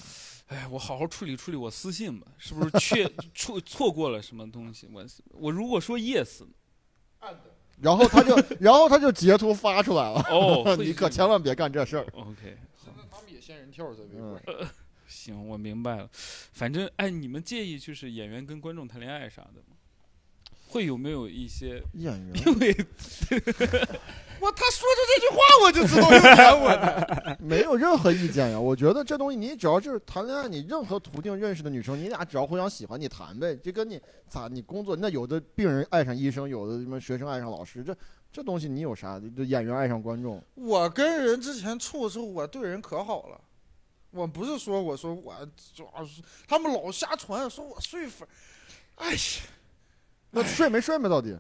哎，我好好处理处理我私信吧，是不是确 错错过了什么东西？我我如果说 yes 呢
然后他就，然后他就截图发出来了。
哦
，你可千万别干这事儿。
OK，好，
他们也仙人跳在微
嗯，
行，我明白了。反正哎，你们介意就是演员跟观众谈恋爱啥的吗？会有没有一些？
演员
因为
我他说出这句话，我就知道又点我了。
没有任何意见呀。我觉得这东西，你只要就是谈恋爱，你任何途径认识的女生，你俩只要互相喜欢，你谈呗。这跟你咋你工作，那有的病人爱上医生，有的什么学生爱上老师，这这东西你有啥？就演员爱上观众，
我跟人之前处处，我对人可好了。我不是说我说我主要是他们老瞎传说我睡粉儿，哎呀，
那睡没睡嘛？到底？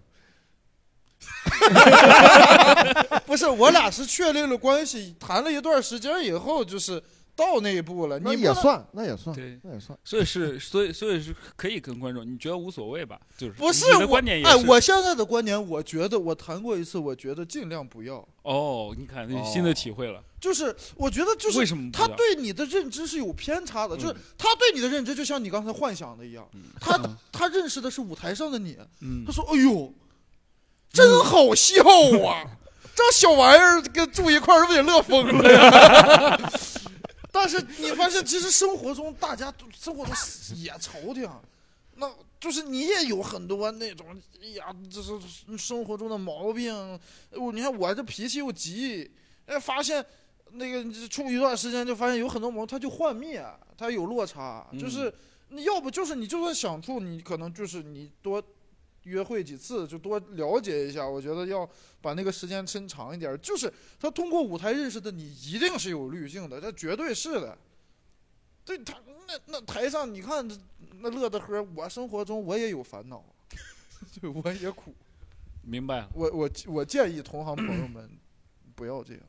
不是，我俩是确立了关系，谈了一段时间以后，就是到那一步了，你
那
不
也
能
算，那也
嗯
算，
对，
那也算。
所以是，所以所以是可以跟观众，你觉得无所谓吧？就是
不是
你的
我
观点也是。
哎，我现在的观点，我觉得我谈过一次，我觉得尽量不要，
哦，你看有新的体会了，
就是我觉得就是
为什么不
他
要？
对你的认知是有偏差的，就是
嗯
他对你的认知就像你刚才幻想的一样，他
嗯
他认识的是舞台上的你，
嗯
他，说：“哎呦，真好笑啊！这小玩意儿跟住一块儿，是不是也乐疯了呀？”但是你发现，其实生活中大家都生活中也愁挺，那就是你也有很多那种，哎呀，这是生活中的毛病。我你看我这脾气又急，哎，发现那个处一段时间就发现有很多毛病，它就幻灭，它有落差，就是。你要不就是你就算想处，你可能就是你多约会几次，就多了解一下。我觉得要把那个时间伸长一点，就是他通过舞台认识的你，一定是有滤镜的，这绝对是的。对他那那台上你看那乐得呵，我生活中我也有烦恼， 对我也苦。
明白了。
我我我建议同行朋友们 不要这样。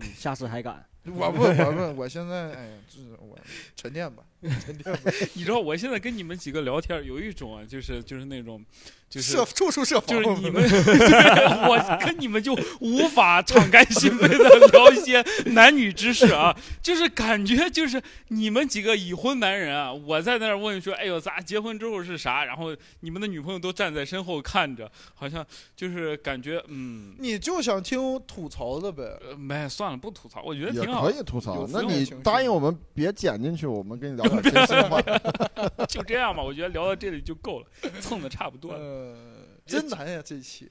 嗯下次还敢？
我不我不，我现在哎呀，这是我沉淀吧， 沉淀吧，
你知道我现在跟你们几个聊天，有一种啊，就是就是那种，就是
设处处设防。
就是你 们，我跟你们就无法敞开心扉的聊一些男女之事啊，就是感觉就是你们几个已婚男人啊，我在那儿问说，哎呦，咱结婚之后是啥？然后你们的女朋友都站在身后看着，好像就是感觉，嗯，
你就想听吐槽的呗。
呃没算了，不吐槽，我觉得
也
挺好
可，以吐槽
有，
那
负面
你
情绪
答应我们别剪进去，我们跟你聊点真心 话。
就这样吧，我觉得聊到这里就够了，蹭的差不多
嗯
了。
呃，真难呀，这期。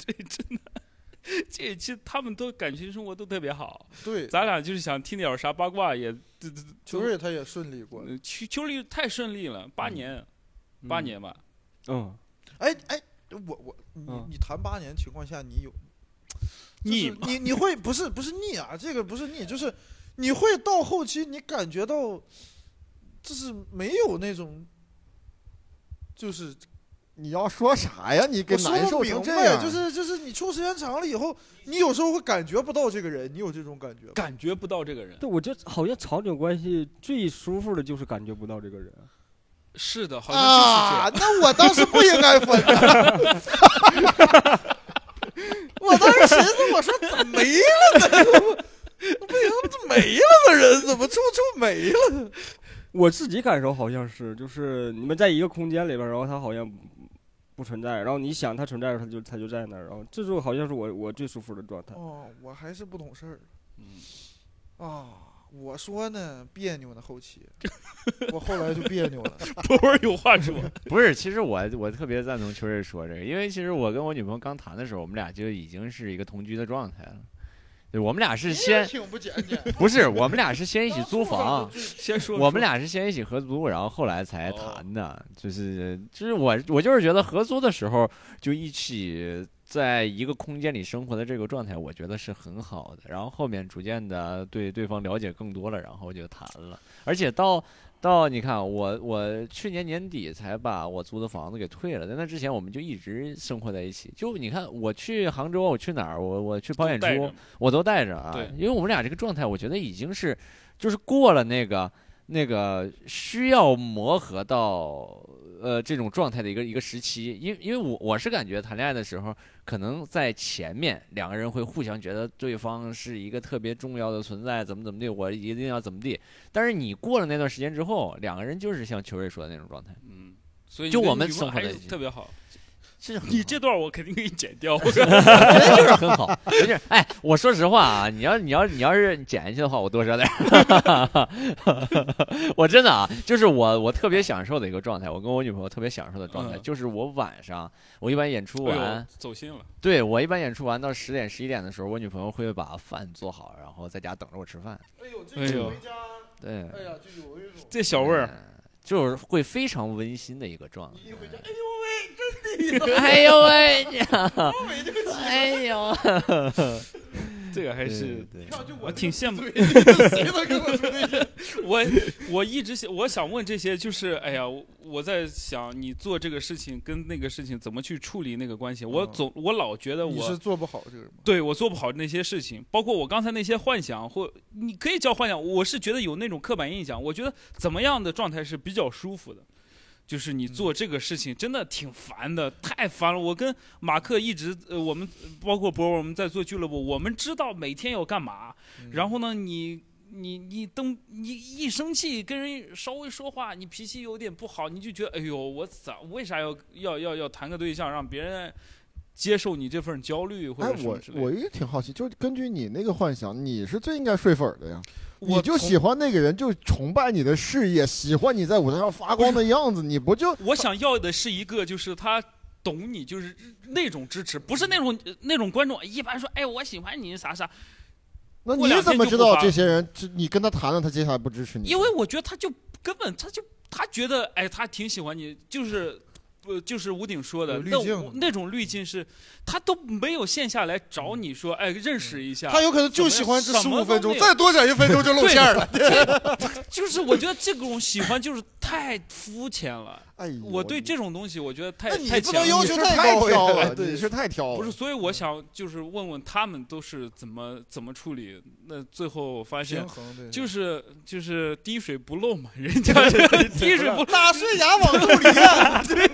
这一期他们都感情生活都特别好，
对，
咱俩就是想听点啥八卦也，这这
球瑞他也顺利
嗯
过。
呃秋秋丽太顺利了，
嗯
八年，八年吧。
嗯，
哎哎，我我你
嗯
你谈八年情况下，你有
腻
就是你你会不是不是腻啊？这个不是腻，就是你会到后期你感觉到，就是没有那种，就是
你要说啥呀？你给
我说
难
不
受成
明
这
白，
样，
就是就是你处时间长了以后，你有时候会感觉不到这个人，你有这种感觉吗？
感觉不到这个人。
对，我觉得好像长久关系最舒服的就是感觉不到这个人。
是的，好像就是这样。
啊，那我当时不应该分的。 我当时寻思，我说咋没了呢？不行，这没了的人怎么处处没了？
我自己感受好像是，就是你们在一个空间里边儿，然后他好像不不存在，然后你想他存在，他就他就在那儿，然后这就好像是我我最舒服的状态。
哦，我还是不懂事儿
嗯，
啊！我说呢，别扭呢，后 期我后来就别扭了。
博文有话说，
不是，其实我我特别赞同秋瑞说这个，因为其实我跟我女朋友刚谈的时候，我们俩就已经是一个同居的状态了。对，我们俩是先
挺不检点，
不是，我们俩是先一起租房，
先说
我们俩是先一起合租，然后后来才
哦
谈的。就是就是我我就是觉得合租的时候就一起在一个空间里生活的这个状态，我觉得是很好的。然后后面逐渐的对对方了解更多了，然后就谈了。而且到到你看我我去年年底才把我租的房子给退了，在那之前我们就一直生活在一起。就你看我去杭州，我去哪儿，我我去跑演出，
带着
我都带着啊，
对
因为我们俩这个状态，我觉得已经是就是过了那个那个需要磨合到呃这种状态的一个一个时期，因因为我我是感觉谈恋爱的时候，可能在前面两个人会互相觉得对方是一个特别重要的存在，怎么怎么地，我一定要怎么地，但是你过了那段时间之后，两个人就是像秋瑞说的那种状态，
嗯，所以
就
你跟
我们
女朋友
生活
还
在
是
一起
特别好。
这很
你
好
这段我肯定给你剪 掉。
我觉得就是很 好，没事。哎，我说实话啊，你要你要你要是剪下去的话，我多说点儿。 我真的啊，就是我我特别享受的一个状态，我跟我女朋友特别享受的状态，
嗯
就是我晚上我一般演出完，
哎呦，走心了。
对我一般演出完到十点十一点的时候，我女朋友会把饭做好，然后在家等着我吃饭。
哎呦，
哎
这
呦
个回家，
对，
哎呀，就有一种
这小味儿，
嗯就是会非常温馨的一个状态。
一回家，哎呦喂，真的。
哎呦喂，哎 呦，
这个还
还
是
对。
票就
我挺羡慕。
谁能跟我说这些？
我我一直想，我想问这些，就是哎呀，我我在想你做这个事情跟那个事情怎么去处理那个关系。我
嗯
总我老觉得
你是
我
做不好这个人吗？
对我做不好那些事情，包括我刚才那些幻想，或你可以叫幻想，我是觉得有那种刻板印象。我觉得怎么样的状态是比较舒服的，就是你做这个事情真的挺烦的，太烦了。我跟马克一直，呃，我们呃包括博文，我们在做俱乐部，我们知道每天要干嘛，
嗯
然后呢，你。你你等你一生气，跟人稍微说话，你脾气有点不好，你就觉得哎呦，我咋为啥要要要要谈个对象，让别人接受你这份焦虑或
哎
者，什么
我
之类的？
我也挺好奇，就是根据你那个幻想，你是最应该睡粉儿的呀。
我
你就喜欢那个人，就崇拜你的事业，喜欢你在舞台上发光的样子，你不就
我想要的是一个，就是他懂你，就是那种支持，不是那种呃那种观众一般说，哎，我喜欢你啥啥，
嗯
那
过
你
两
怎
天
么
就
知
不
道
发
这
了
些人？这你跟他谈了，他接下来不支持你？
因为我觉得他就根本他就他觉得，哎，他挺喜欢你，就是。呃，就是吴鼎说的
有滤
那
镜
我那种滤镜是，他都没有线下来找你说，哎，认识一下。
他有可能就喜欢这十
怎么
五分
怎么
钟，
都没有
再多讲一分钟就露馅儿了。
就是我觉得这种喜欢就是太肤浅 了。
哎呦，
我对这种东西，我觉得太
嗯那你
太
不
浅
能
了
要
你
求
是
太
太
高
挑
了
了，
对
你是太挑了。
不是，所以我想就是问问他们都是怎么怎么处理。那最后发现
平衡对，
就是是就是滴水不漏嘛，人家 滴水不漏，
打碎牙往肚里咽。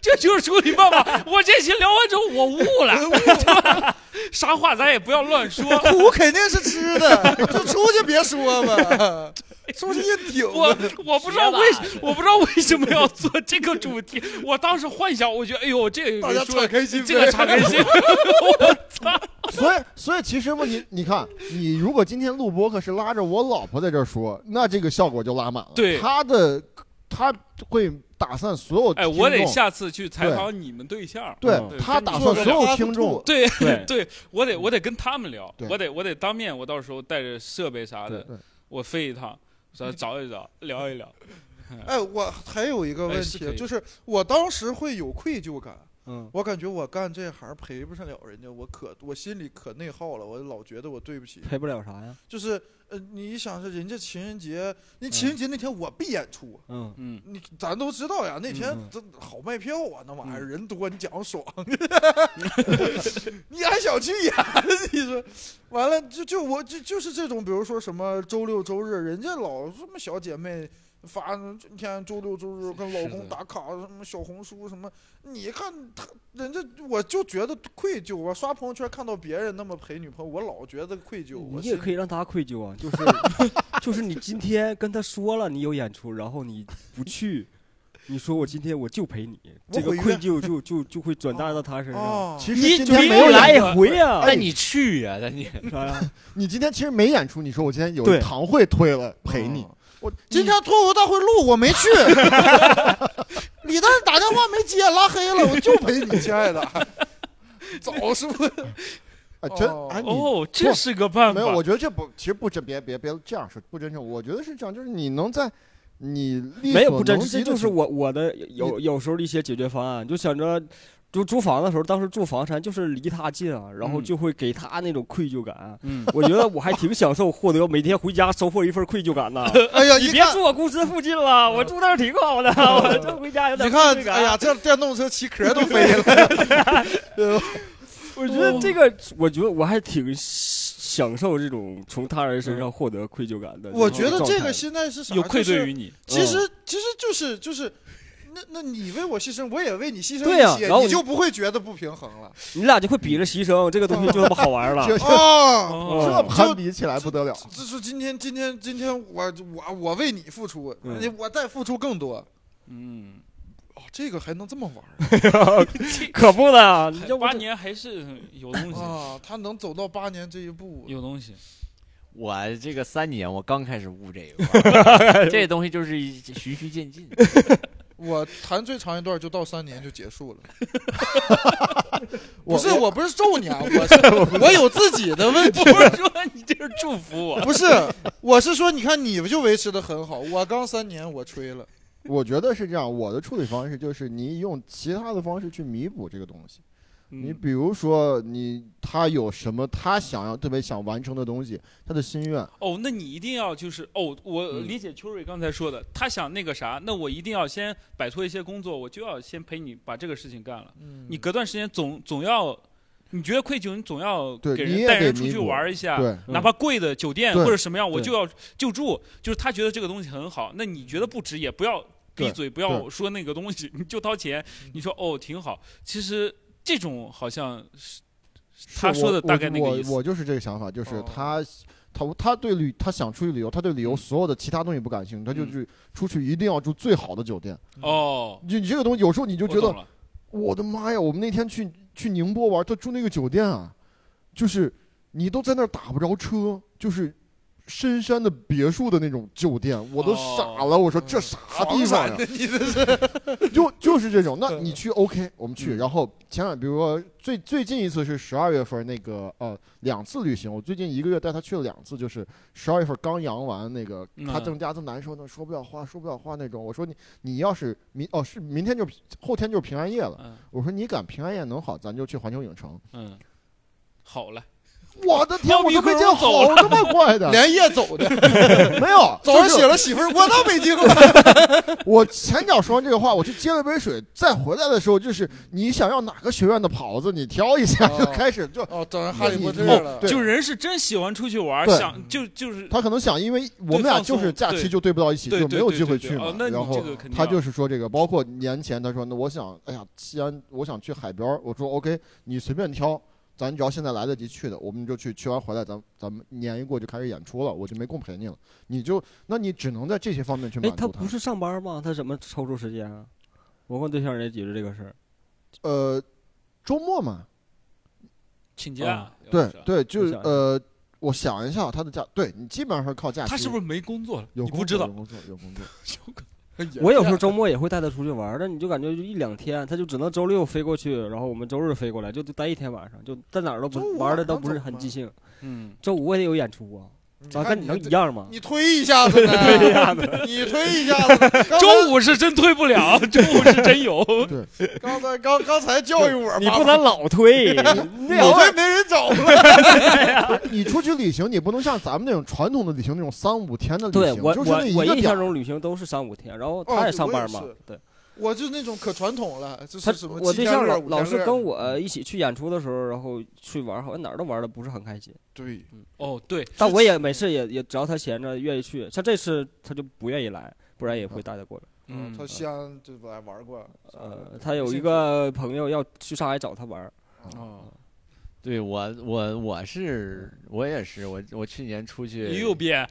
这就是处理办法。我这期聊完之后，我悟了，啥话咱也不要乱说。
苦肯定是吃的，就出去别说嘛，出去一顶
我
嘛。
我不知道为我不知道为什么要做这个主题。我当时幻想，我觉得哎呦，这
大家
个
敞
说
开心扉，
这个敞开 心，
所以所以其实问题，你看，你如果今天录播客是拉着我老婆在这儿说，那这个效果就拉满了。
对
她的她会打散所有
哎，我得
听众
下次去采
对
访你们对象。
嗯
对
对
她
跟
打
你做
算
个
所有
拉
听
布
众。
对
对
对，我得我得跟他们聊，
对
我得我得当面，我到时候带着设备啥的
对对，
我飞一趟，找找一找，聊一聊。
哎，我还有一个问
哎是可
题，
以
就是我当时会有愧疚感，
嗯，
我感觉我干这行赔不上了人家，我可我心里可内耗了，我老觉得我对不起。
赔不了啥呀，
就是呃，你想是人家情人节，你情人节那天我必演出，
嗯，
嗯，
你咱都知道呀，那天
嗯
这好卖票啊，那玩意儿人多，你讲爽， 你还想去演？ 你说完了就就我就就是这种，比如说什么周六周日，人家老什么小姐妹。发今天周六周日跟老
是
公
的
打卡，什么小红书什么，你看他人家我就觉得愧疚，我刷朋友圈看到别人那么陪女朋友，我老觉得愧疚。我
你也
心
可以让他愧疚啊，就是 就是你今天跟他说了你有演出，然后你不去，你说我今天我就陪你，
我
这个
毁约
愧疚就就就会转大到他身上。
哦，
其
你
实今天没
没有
有
来
演
来
一
回呀，
那哎你去呀、那你
哎
啥 呀？
你今天其实没演出，你说我今天有
对嗯
堂会推了陪你，
我今天脱口大会录我没 去，李诞打电话没接，拉黑
哦
了，我就陪你，亲爱的。 早说，
哎，真
哦
哎你
哦，这是个办法。
没有，我觉得这不，其实不真，别别别这样说，不真诚。我觉得是这样，就是你能在你力
没有
所
不真
能
实，这
及的
就是
情
我我的有有时候的一些解决方案，就想着。就租房的时候，当时住房山就是离他近啊，然后
嗯
就会给他那种愧疚感。啊
嗯，
我觉得我还挺享受获得每天回家收获一份愧疚感 的。
哎呀，
你
一
别
看
住我公司附近了，我住那儿挺好的，我这回家有
一
点
看
愧疚，感
哎呀，，这电动车骑壳都飞了，
我觉
嗯
得这个，我觉得我还挺享受这种从他人身上获得愧疚感的。
我觉得这个心态是啥？
有愧
就是
对于你。
其实其实就是就是。那那你为我牺牲，我也为你牺牲
对呀
一些，
然后
你
你
就不会觉得不平衡了。
你俩就会比着牺牲，这个东西就他妈好玩 了。嗯
这啊
哦，
哦，
这攀比起来不得了。
这是今天今天今天我我我为你付出，
嗯
你我再付出更多。
嗯，
哦，这个还能这么玩儿
可不呢，你
这
这
八年还是有东西，
啊？他能走到八年这一步，
有东西。
我这个三年，我刚开始悟这一块儿，这东西就是一循序渐进。
我谈最长一段就到三年就结束了，不
我
是，我不是咒你啊，我是我有自己的问 题，
不是说你这是祝福我，
不是，我是说，你看你就维持的很好，我刚三年我吹了，
我觉得是这样，我的处理方式就是你用其他的方式去弥补这个东西。
嗯
你比如说你他有什么他想要特别想完成的东西，他的心愿，
啊
哦，那你一定要就是哦，我
嗯
理解秋瑞刚才说的，他想那个啥，那我一定要先摆脱一些工作，我就要先陪你把这个事情干了。
嗯
你隔段时间总总要，你觉得愧疚，你总要
对
给
你
人
也
带
得
人出
弥
去
补
玩一下，
对嗯
哪怕贵的酒店
对
或者什么样，我
对
就要救助。就是他觉得这个东西很好，那你觉得不值也不要闭
对嗯
嘴，不要说那个东西， 你就掏钱。你说哦，挺好。其实这种好像是
是
他说
我
的大概那
我
个意思
我我就是这个想法，就是
哦
他、他他对旅他想出去旅游，他对旅游所有的其他东西不感兴趣，他就
嗯
去出去一定要住最好的酒店。
哦。
你你这个东西有时候你就
我
嗯觉
懂
得，
了，
我的妈呀！我们那天去去宁波玩，他住那个酒店啊，就是你都在那儿打不着车，就是。深山的别墅的那种酒店，我都
哦
傻了。我说
嗯
这啥地
房
方
产
呀
的？你 这是
啊
就就是这种。那你去 OK，我们
嗯
去。然后前两，比如说最最近一次是十二月份那个呃两次旅行，我最近一个月带他去了两次，就是十二月份刚阳完那个，他
嗯
正家正难受呢，说不了话，说不了话那种。我说你你要是明哦是明天就后天就平安夜了，
嗯
我说你赶平安夜能好，咱就去环球影城。
嗯，好了，
我的天，
猫
我
咪
都没
咕噜
见
走
好这么快的，
连夜走的，
没 有，
早上
就是
写了媳妇儿，我到北京了。
我前脚说完这个话，我去接了杯水，再回来的时候，就是你想要哪个学院的袍子，你挑一下，
哦
就开始就
哦，等着哈利波特了
哦。对
就人是真喜欢出去玩，
对
想就就是
他可能想，因为我们俩就是假期就对不到一起，
对
就
对
没有
对
机会
对
去
对
嘛
哦，。那你
然
这
后
个肯定
他
要
就是说这个，包括年前他说，那我想，哎呀，西安，我想去海边儿，我说 OK，你随便挑，咱只要现在来得及去的，我们就去，去完回来，咱咱们年一过就开始演出了，我就没空陪你了，你就，那你只能在这些方面去
哎
满，
他
足
不是上班吗？他怎么抽出时间啊？我跟对象也解释这个事儿。
呃，周末嘛，
请假
啊，
要
对
哦不是
对，就
我
是
想一下
呃，我想一下，他的假，对你基本上是靠假期。
他是不是没工作了？
有
你
工
不知
作
道
有，工作有工作，
哎
我有时候周末也啊会带他出去玩儿，但你就感觉就一两天，他就只能周六飞过去，然后我们周日飞过来，就就待一天晚上，就在哪儿都
周五
不玩的
晚
都
上
不是
走
很
嘛
尽兴。
嗯，
周五我也得有演出啊，啊，
看
跟你
你
能
这
一样吗？
你推一下子呢， 你推一下子呢。刚才
周五是真推不 了，周五是真有。
刚才刚刚才教育我，
你不能老推，你
你这没人找了。
你出去旅行，你不能像咱们那种传统的旅行，那种三五天的旅
对
行，
我
就是那
我我
一个
印
点
象
儿。
中旅行都是三五天，然后
哦
他
对
也上
我
班
也
嘛
是，
对，
我就那种可传统了，就
他
是什么
我
七
对
天
象
乐
老
五天啊乐
老是跟我一起去演出的时候，然后去玩儿，好像哪儿都玩的不是很开心。
对，
哦，对，
但我也每次也也只要他闲着愿意去，像这次他就不愿意来，不然也会带他
啊
过来。
嗯
他，西安就来玩过，
呃，他有一个朋友要去上海找他玩儿，
哦，
对我我我是我也是我我去年出去，
你又编，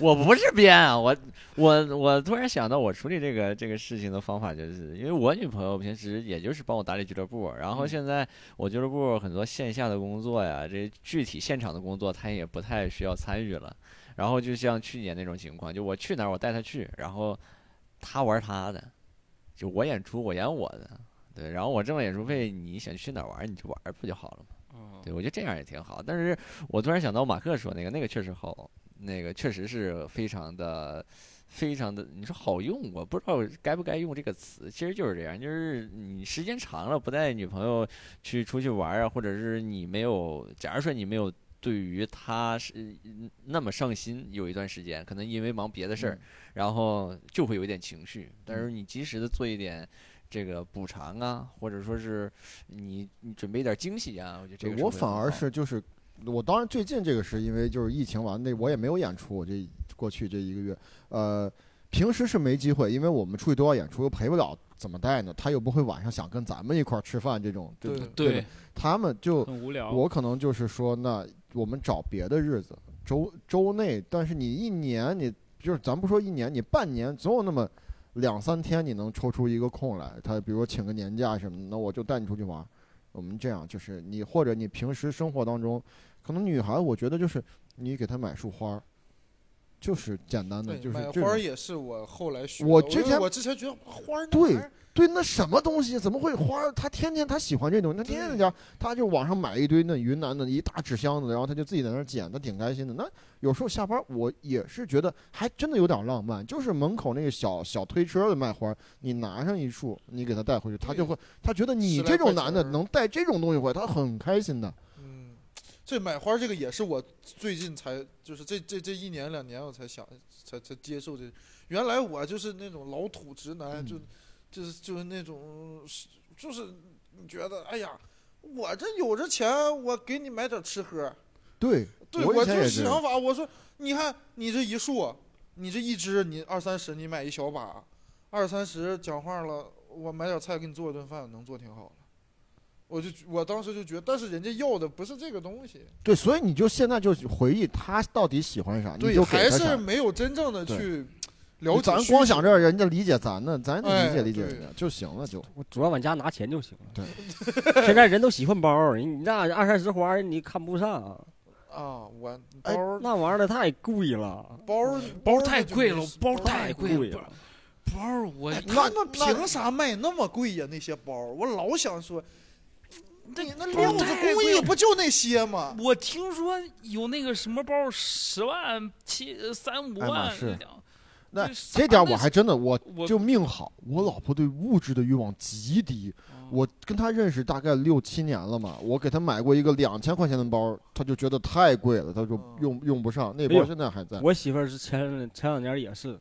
我不是编啊，我我我突然想到，我处理这个这个事情的方法，就是因为我女朋友平时也就是帮我打理俱乐部，然后
嗯
现在我俱乐部很多线下的工作呀，这具体现场的工作她也不太需要参与了。然后就像去年那种情况，就我去哪儿我带她去，然后她玩她的，就我演出我演我的，对，然后我挣了演出费，你想去哪儿玩你就玩儿不就好了吗？
哦
对，我觉得这样也挺好。但是我突然想到马克说那个，那个确实好，那个确实是非常的、非常的，你说好用，我不知道该不该用这个词。其实就是这样，就是你时间长了不带女朋友去出去玩儿啊，或者是你没有，假如说你没有。对于她是嗯那么上心，有一段时间，可能因为忙别的事
嗯
儿，然后就会有一点情绪。但是你及时的做一点这个补偿啊，或者说是你你准备一点惊喜啊，我觉得这个
我
会
反
很
而
好
是就是，我当然最近这个是因为就是疫情完那我也没有演出，我这过去这一个月，呃，平时是没机会，因为我们出去都要演出，又陪不了，怎么带呢？他又不会晚上想跟咱们一块儿吃饭这种，对
对
不对？
对，
他们就
很无聊。
我可能就是说，那我们找别的日子，周周内，但是你一年，你就是咱不说一年，你半年总有那么两三天，你能抽出一个空来。他比如说请个年假什么的，那我就带你出去玩儿。我们这样就是你或者你平时生活当中，可能女孩，我觉得就是你给她买束花儿，就是简单的，
对，
就是
买
这
花儿
种。
也是我后来学的。
我
我
之前
我之前觉得花儿那
对
玩意儿
对，那什么东西怎么会花儿？他天天他喜欢这种，他天天在家，他就网上买一堆那云南的一大纸箱子，然后他就自己在那儿捡，他挺开心的。那有时候下班儿我也是觉得还真的有点浪漫，就是门口那个小小推车的卖花儿，你拿上一束，你给他带回去，他就会他觉得你
十来
这
块
种
钱
男的
儿
能带这种东西回来，他很开心的。
嗯，这买花这个也是我最近才，就是这这这一年两年我才想，才才接受这。原来我就是那种老土直男，
嗯
就就是就是那种，是就是你觉得，哎呀，我这有这钱，我给你买点吃喝。
对，
对
我以前
就
也
是
是
想法，我说，你看你这一束，你这一支，你二三十，你买一小把，二三十，讲话了，我买点菜给你做一顿饭，能做挺好的。我就我当时就觉得，但是人家要的不是这个东西，
对，所以你就现在就回忆他到底喜欢啥，你
对，
就给
还
他啥
是。没有真正的
对
去了解。
咱光想，这人家理解咱呢，咱得理解
哎
理解
对
人家就行了，就
我主要往家拿钱就行了。
对，
现在人都喜欢包儿，你你那二三十花儿你看不上啊，
啊，我包
哎
儿
那玩意儿太贵了，
包儿
包
儿
太
就
贵
没
了
事，
包
儿
太贵
贵
了
了，
包儿我
哎他
那
们凭啥卖那么贵呀？那些包儿，我老想说，你那
包
料
儿
子
太
工
贵
艺
了
不就那些吗？
我听说有那个什么包十万七呃三五
爱哎马
万
仕
两，
那
这啥
这点
啊
我
那
还真的我
我
就命好，我老婆对物质的欲望极低。
嗯
我跟她认识大概六七年了嘛，我给她买过一个两千块钱的包，她就觉得太贵了，她说
哦
用用不上。那
哎
包
呦
现在还在。
我媳妇儿是前前两年也是，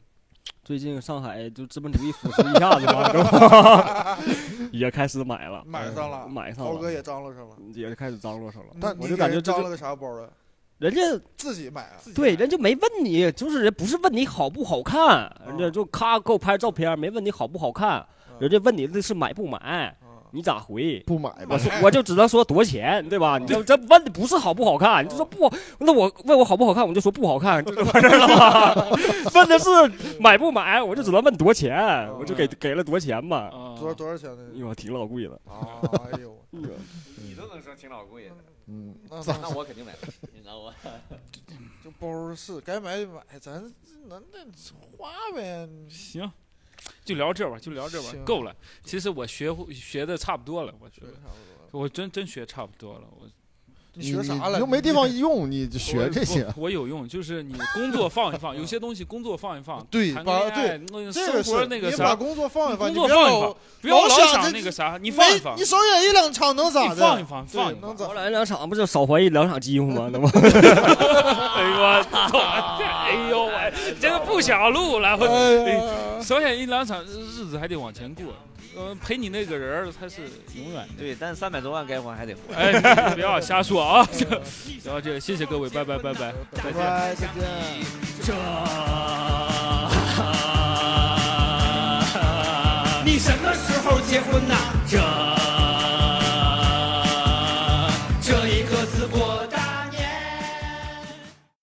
最近上海就资本主义腐蚀一下子嘛，是吧？ 也开始买了，
买上了，
买上
啊涛哥
了，
也张罗上了。
也开始张罗上了。
但
我就感觉这
张
就
罗个啥包啊？
人家
自己买啊？
对人家没问你，就是人不是问你好不好
哦
看，人家就咔给我拍照片，没问你好不好看，
嗯
人家问你的是买不买，
啊
你咋回？
不买嗯吧
我，说我就只能说多少钱，对吧？你这这问不是好不好看，你就说不好，那我问我好不好看，我就说不好看， 这就完事儿了 吧？问的是买不买，我就只能问多少钱，
嗯
我就给给了多少钱嘛。
啊
多少多少钱
哎
的？
呦，挺老贵的，
啊，哎呦，
你都能说挺老贵的，
嗯，
那那
那我肯定买。你拿我
这包是该买就买，咱那那花呗。
行，就聊这吧，就聊这吧，
行
够了。其实我学会学的差不多了，我觉
学
得
差不多，
我真真学差不多了。我
你学啥
你
了？
又没地方 用，你就学这些。
我我有用，就是你工作放一放，有些东西工作放一放，
对
谈个
把
恋爱，那个
这个
生
是
活那个
你把
啥，
工作放一
工
放，你
作
别
放一
老
放不要
老
老
想着
想那个啥，你放一
没
放
你，少演一两场能咋
你
的？
放一放，放一
能
放。
咋
后？来两场不就少怀一两场机会 吗？那不，
哎呦我操！哎呦我真的不想录了，我
哎
哎
呀，
少演一两场，日子还得往前过。呃，陪你那个人儿他是永远的。
对，但三百多万该还还得还。
哎，你不要瞎说啊！ 然后这个谢谢各位，拜拜拜拜，再
拜
见。
拜，再见。
这，你什么时候结婚呐、